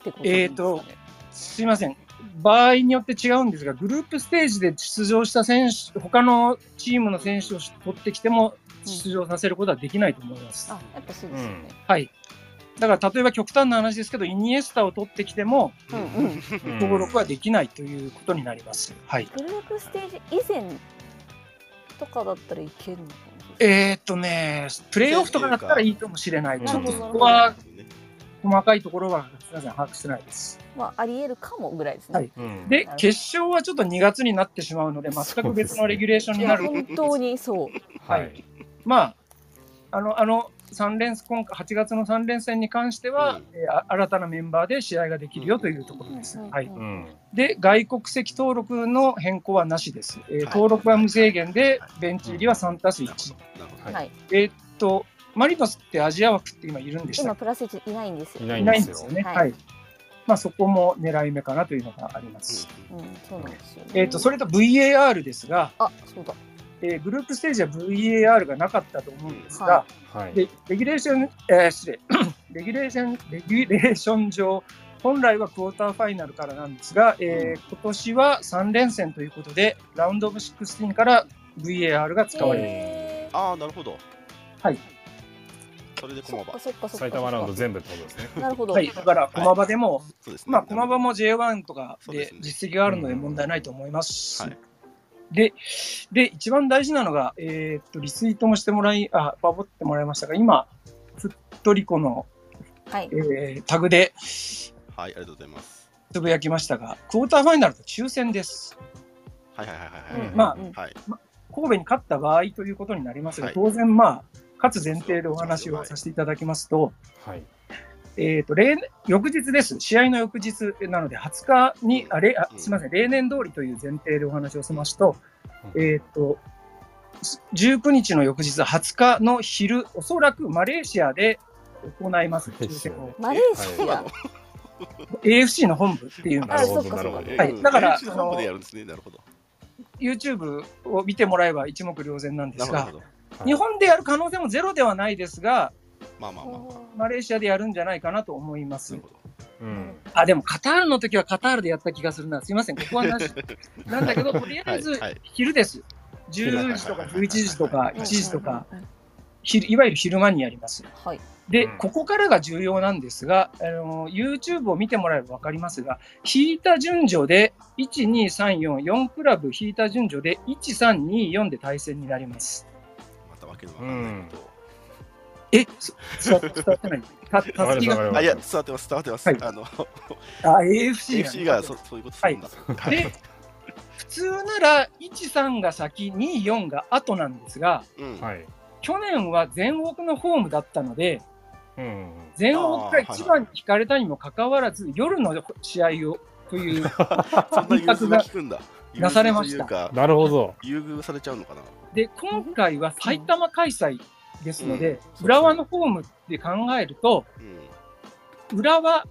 Speaker 4: ってことなんですかね。
Speaker 8: すいません、場合によって違うんですが、グループステージで出場した選手、他のチームの選手を取ってきても、出場させることはできないと思います。
Speaker 4: あ、やっぱそうですよね。
Speaker 8: はい、だから例えば極端な話ですけど、イニエスタを取ってきても、
Speaker 4: うんうん。
Speaker 1: うん
Speaker 8: 登録はできないということになります。はい、
Speaker 4: グループステージ以前とかだったらいけるのかな。
Speaker 8: えーっとね、プレーオフとかだったらいいかもしれない。
Speaker 2: うん
Speaker 8: ちょっと
Speaker 7: なるほど
Speaker 8: そこは細かいところは、すみません、把握してないです。
Speaker 4: まあ、ありえるかもぐらいですね。
Speaker 8: はい
Speaker 1: うん
Speaker 8: で、決勝はちょっと2月になってしまうので、全く別のレギュレーション
Speaker 4: い
Speaker 8: にな
Speaker 4: や、
Speaker 8: る。
Speaker 4: 本当にそう。
Speaker 1: はい、
Speaker 8: はいまあ、あの、あの、三連今回8月の3連戦に関しては、
Speaker 2: うん
Speaker 8: えーあ新たなメンバーで試合ができるよというところです。
Speaker 4: うん
Speaker 8: はい、
Speaker 1: うん
Speaker 8: で、外国籍登録の変更はなしです。えー
Speaker 2: はい
Speaker 8: 登録は無制限で、ベンチ入りは3たす1。
Speaker 2: なるほど
Speaker 1: はい
Speaker 4: はい。
Speaker 8: えーっと、マリノスってアジア枠って今いるんでした
Speaker 4: 今、
Speaker 8: っ
Speaker 4: プラス1いないんですよ。
Speaker 1: いない
Speaker 8: けい
Speaker 1: んで
Speaker 8: ないん
Speaker 1: す
Speaker 8: で
Speaker 1: よ
Speaker 8: すよね。
Speaker 4: は
Speaker 8: はいい。まあ、そこも狙い目かなというのがあります。
Speaker 4: うん、そうなんですよ、ね。
Speaker 8: えーっと、それと VAR ですが、
Speaker 4: あ、そうだ。
Speaker 8: えーグループステージは VAR がなかったと思うんですが、
Speaker 4: は
Speaker 1: はい
Speaker 8: でレギュレーション、えー失礼 レギュレーション、レギュレーション上、本来はクォーターファイナルからなんですが、えー今年は3連戦ということで、ラウンドオブ16から VAR が使われる。
Speaker 4: へー
Speaker 2: ああ、なるほど。
Speaker 8: はい。
Speaker 2: それで
Speaker 4: そ
Speaker 2: 駒
Speaker 4: っか
Speaker 2: 場。
Speaker 4: そっかそっか。
Speaker 1: 埼玉ラウンド全部ってことですね。
Speaker 4: なるほど。
Speaker 8: はい、だから駒場でも、
Speaker 2: そうですね。
Speaker 8: まあ、駒場も J1 とか
Speaker 2: そうで
Speaker 8: です
Speaker 2: ね
Speaker 8: 実績があるので問題ないと思いますし、
Speaker 2: はい
Speaker 8: でで一番大事なのが、えーっとリツイートもしてもらい、あバボってもらいましたが、今、フットリコの、
Speaker 4: はい
Speaker 8: え。ータグで
Speaker 2: はい、ありがとうございます。
Speaker 8: つぶやきましたが、クォーターファイナルと抽選です。
Speaker 2: はいはいはいはいはい。
Speaker 1: うん
Speaker 8: まあ
Speaker 4: うん
Speaker 2: はい。
Speaker 8: 神戸に勝った場合ということになりますが、
Speaker 2: はい
Speaker 8: 当然、まあ、勝つ前提でお話をさせていただきますと、
Speaker 1: はい。
Speaker 8: えー、と例年翌日です、試合の翌日なので、20日に、あれあ
Speaker 2: うん
Speaker 8: すみません、例年通りという前提でお話をしますと、
Speaker 1: うん
Speaker 8: えー、と19日の翌日、20日の昼、おそらくマレーシアで行います、
Speaker 1: そうですよね
Speaker 4: マレーシア。
Speaker 8: AFC の本部っていうの
Speaker 1: な
Speaker 8: が
Speaker 1: るほ
Speaker 4: そっ
Speaker 1: ど
Speaker 4: か
Speaker 1: なるほ
Speaker 4: そ
Speaker 1: ど
Speaker 4: っ。
Speaker 8: はいだから
Speaker 2: あの、でやるんですね。なるほど。
Speaker 8: YouTube を見てもらえば一目瞭然なんで
Speaker 2: な
Speaker 8: す
Speaker 2: るほ
Speaker 8: が、
Speaker 2: ど。
Speaker 1: はい
Speaker 8: 日本でやる可能性もゼロではないですが、
Speaker 2: まあまあまあまあ。
Speaker 8: マレーシアでやるんじゃないかなと思います
Speaker 2: なる。ほど
Speaker 1: うん
Speaker 8: あ、でもカタールの時はカタールでやった気がするな。すいません、ここはなし。なんだけど、とりあえず
Speaker 2: はいはい
Speaker 8: 昼です。10時とか11時とか
Speaker 2: うん
Speaker 8: 1時とか、
Speaker 4: うんうんうん
Speaker 8: ひるいわゆる昼間にやります。
Speaker 4: はい。
Speaker 8: で、
Speaker 1: うん
Speaker 8: ここからが重要なんですが、あの YouTube を見てもらえば分かりますが、引いた順序で、1、2、3、4、4クラブ引いた順序で、1、3、2、4で対戦になります。
Speaker 2: またわけのわかんないこと。
Speaker 8: え、そそ伝わってない。たた
Speaker 1: わか
Speaker 8: すき
Speaker 1: りましたわか
Speaker 8: が、
Speaker 1: りま
Speaker 2: あ、いや、
Speaker 1: し
Speaker 2: 伝わってます、伝わってます。
Speaker 8: はい
Speaker 2: あの、
Speaker 8: あ、AFC が
Speaker 2: FC がそそういうことするんだ。
Speaker 1: た。
Speaker 8: で、普通なら1、3が先、2、4が後なんですが、
Speaker 2: うん。
Speaker 1: はい。
Speaker 8: 去年は全北のホームだったので、
Speaker 1: うん。
Speaker 8: 全北が一番に引かれたにもかかわらず、夜の試合をと いう、
Speaker 2: そんな融通が効くんだ。
Speaker 8: なされました
Speaker 2: 融通というか
Speaker 1: なるほど。
Speaker 2: 優遇されちゃうのかな。
Speaker 8: で今回は埼玉開催ですの
Speaker 2: うん
Speaker 8: で、
Speaker 1: うん
Speaker 8: 浦和のホームで考えると、
Speaker 2: うん。
Speaker 8: 浦和、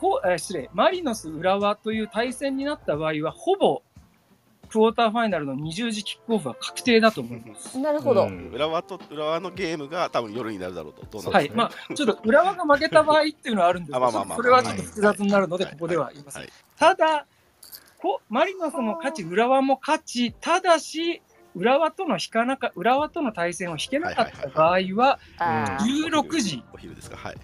Speaker 8: こえー失礼、マリノス浦和という対戦になった場合は、ほぼクォーターファイナルの20時キックオフは確定だと思います。
Speaker 4: なるほど。
Speaker 1: う
Speaker 2: うん
Speaker 1: ん
Speaker 2: 浦和と浦和のゲームが多分夜になるだろうと。どう
Speaker 1: そう
Speaker 2: なるか
Speaker 8: は
Speaker 1: で
Speaker 8: い
Speaker 1: す、ね
Speaker 8: まあ、ちょっと浦和が負けた場合っていうのはあるんですけ
Speaker 2: あまあまあま
Speaker 8: ど、
Speaker 2: あ
Speaker 8: それはちょっと複雑になるので、ここでは言いません。ただ、こマリノスも勝ち、浦和も勝ち、ただし、浦和との引かなか浦和との対戦を引けなかった場合は、
Speaker 4: あ
Speaker 1: うん
Speaker 4: ー
Speaker 8: 16時
Speaker 2: お昼ですか。はい。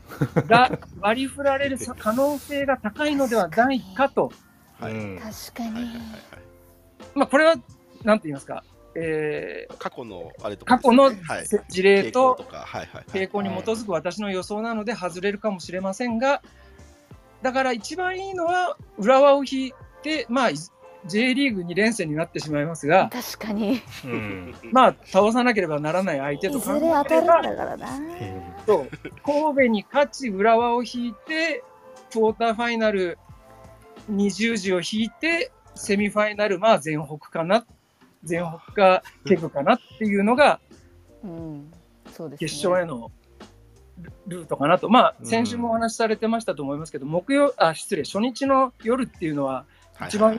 Speaker 8: が割り振られる可能性が高いのではないかと、
Speaker 1: う
Speaker 2: はい。はい
Speaker 1: ん。
Speaker 4: 確か
Speaker 2: はいはい
Speaker 4: に
Speaker 2: はい。
Speaker 8: まあ、これはなんて言いますか、えー
Speaker 2: 過去のあれとかです
Speaker 8: 過去
Speaker 2: ね、
Speaker 8: の
Speaker 2: はい
Speaker 8: 事例
Speaker 2: 傾向
Speaker 8: と
Speaker 2: かはいはいはい
Speaker 8: 傾向に基づく私の予想なので外れるかもしれませんが、だから一番いいのは浦和を引いて、まあ、い J リーグ2連戦になってしまいますが、
Speaker 4: 確かに。い
Speaker 1: うん。
Speaker 8: まあ、倒さなければならない相手と
Speaker 4: ず
Speaker 8: 考
Speaker 4: れ当たる
Speaker 8: えれ
Speaker 4: ん
Speaker 8: ば、
Speaker 4: だからな。
Speaker 8: そう神戸に勝ち、浦和を引いて、クォーターファイナル20時を引いて、セミファイナル、まあ、全北かな、全北か、ケグかなっていうのが、
Speaker 4: うん。そうですね。
Speaker 8: 決勝へのルルートかなと、まあ、先週もお話しされてましたと思いますけど、木曜、あ、失礼、初日の夜っていうのは、一番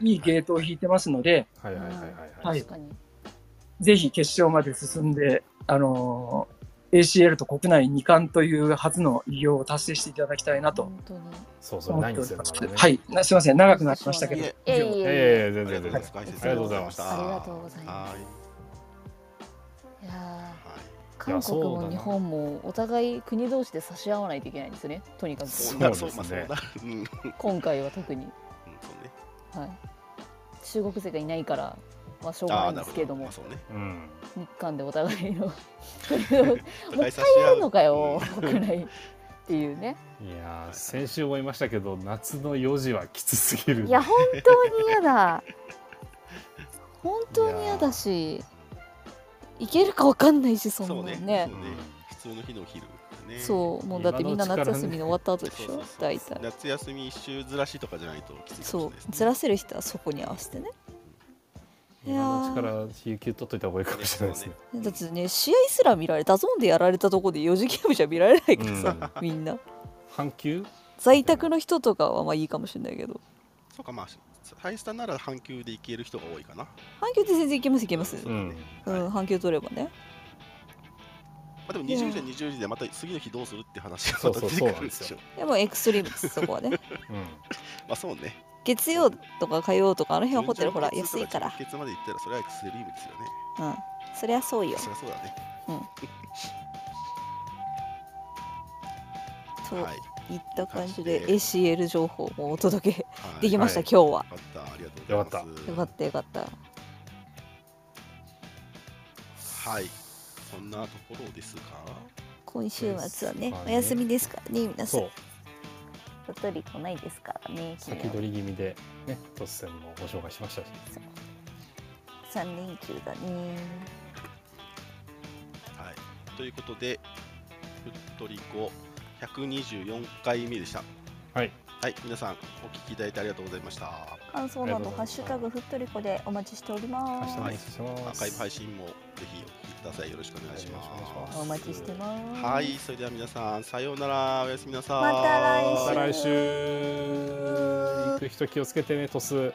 Speaker 8: いいゲートを引いてますので、
Speaker 1: はいはいはいは。
Speaker 8: はいい
Speaker 4: 確かに。
Speaker 8: ぜひ決勝まで進んで、あのー ACL と国内2冠という初の偉業を達成していただきたいなと
Speaker 4: 本当に。
Speaker 1: そうそう、
Speaker 8: 思
Speaker 1: な
Speaker 8: っ
Speaker 1: いん
Speaker 8: て
Speaker 1: で
Speaker 8: お
Speaker 1: す
Speaker 8: り
Speaker 1: よ
Speaker 8: ま。
Speaker 1: ますだね。
Speaker 8: はい、なすみません、長くなりましたけど
Speaker 2: いえ。
Speaker 4: えいえいえ。
Speaker 1: ええ、全
Speaker 2: あり
Speaker 1: 然
Speaker 2: がとう
Speaker 1: 全然
Speaker 2: ございます。解
Speaker 1: あり
Speaker 2: 説
Speaker 1: がとうございました
Speaker 4: ありがとうございます
Speaker 2: はい
Speaker 4: いやー
Speaker 2: はい
Speaker 1: や
Speaker 3: 韓
Speaker 1: そう
Speaker 3: 国
Speaker 1: だな
Speaker 3: も日本もお互い国同士で差し合わないといけないんですねとにかく
Speaker 2: そうな
Speaker 1: そ
Speaker 2: そうう
Speaker 1: です
Speaker 2: まあそう
Speaker 1: ね
Speaker 2: なうんうん
Speaker 3: 今回は特に
Speaker 2: そうね
Speaker 3: 中国勢がいないからまあ、しょう
Speaker 2: あ
Speaker 3: が
Speaker 2: あ、
Speaker 3: ない
Speaker 2: なんる
Speaker 3: です
Speaker 2: ほ
Speaker 3: けど
Speaker 2: ど。ま
Speaker 3: も
Speaker 2: あ、そうね。
Speaker 1: うん
Speaker 3: 日韓でお互いのそれをも
Speaker 2: お
Speaker 3: う
Speaker 2: 互い
Speaker 3: 一
Speaker 2: 差
Speaker 3: 回
Speaker 2: し合う
Speaker 3: やるのかよぐらいっていうね
Speaker 1: いやー先週思いましたけど夏の4時はきつすぎる
Speaker 7: いや本当に嫌だ本当に嫌だしいけるかわかんないしそんな
Speaker 2: そ
Speaker 7: の
Speaker 2: うね。
Speaker 7: ね
Speaker 2: そう
Speaker 1: う
Speaker 2: ね
Speaker 1: ん。
Speaker 2: 普通の日のお昼だね。
Speaker 7: そうもうだってみんな
Speaker 1: 今のうち
Speaker 7: 夏
Speaker 1: からね
Speaker 7: 休みの終わった後で
Speaker 2: そ
Speaker 7: し
Speaker 2: う
Speaker 7: ょ
Speaker 2: そうそう
Speaker 7: 大体
Speaker 2: 夏休み一周ずらしとかじゃないときついか
Speaker 7: そ
Speaker 2: もしれないう
Speaker 7: ずらせる人はそこに合わせてね
Speaker 1: 今のうちから有給取っといた方がいいかもしれないですね
Speaker 7: だってね試合すら見られたゾーンでやられたとこで4時ゲームじゃ見られないからさ、
Speaker 1: う
Speaker 7: みんな
Speaker 1: 半休
Speaker 7: 在宅の人とかはまあいいかもしれないけど
Speaker 2: そうか、まあ、ハイスタなら半休で行ける人が多いかな。
Speaker 7: 半休で全然いけますいけます
Speaker 2: そう
Speaker 1: う
Speaker 2: だね
Speaker 1: ん
Speaker 7: う
Speaker 2: はい
Speaker 7: ん、半休取ればね
Speaker 2: まあ、でも20時、20時でまた次の日どうするって話が
Speaker 1: そう
Speaker 2: また
Speaker 1: そう
Speaker 2: 出て
Speaker 1: そう
Speaker 2: く
Speaker 1: な
Speaker 2: る
Speaker 1: ん
Speaker 2: ん
Speaker 1: で
Speaker 2: ですしょ
Speaker 1: よ。
Speaker 7: でもエクストリームですそこはね
Speaker 2: まあそうね。
Speaker 7: 月曜とか火曜とかあの辺はホテルほら
Speaker 2: 順
Speaker 7: 安
Speaker 2: 調
Speaker 7: い
Speaker 2: に
Speaker 7: から
Speaker 2: 月まで行ったらそれはエクスリームですよね。
Speaker 7: うんそりゃそうよ
Speaker 2: そりゃそうだね。
Speaker 7: そう
Speaker 2: はい。
Speaker 7: いった感じで
Speaker 2: 感じで
Speaker 7: ACL 情報もお届け
Speaker 2: はい
Speaker 7: できました、
Speaker 1: はい
Speaker 7: 今日
Speaker 2: よか
Speaker 7: は
Speaker 2: った。ありがとうございます。
Speaker 7: よかったよかった
Speaker 2: はい。そんなところですか。
Speaker 7: 今週末は
Speaker 1: で
Speaker 7: ね
Speaker 1: すかね
Speaker 7: お休みですから
Speaker 1: う
Speaker 7: ね
Speaker 1: ん
Speaker 7: 皆さん
Speaker 1: そう
Speaker 3: 小鳥子ないですからね
Speaker 1: 先取り気味でね突然もご紹介しましたし
Speaker 3: 3連休だね
Speaker 2: はい。ということで、ふっとりこ124回目でした。
Speaker 1: はい
Speaker 2: はい。皆さん、お聞きいただいてありがとうございました。
Speaker 3: 感想など「ハッシュタグふっとりこ」でお待ちしておりま
Speaker 1: 明日
Speaker 3: す
Speaker 1: もお願いします、
Speaker 2: アーカイブ配信もぜひお聞きください。よろしくお願いしま。
Speaker 1: はいお願いしますす
Speaker 3: お待ちしてます
Speaker 2: はい、それでは皆さん、さようなら、おやすみなさい。
Speaker 3: また来
Speaker 1: また来
Speaker 3: 週
Speaker 1: 週行く人気をつけてねトス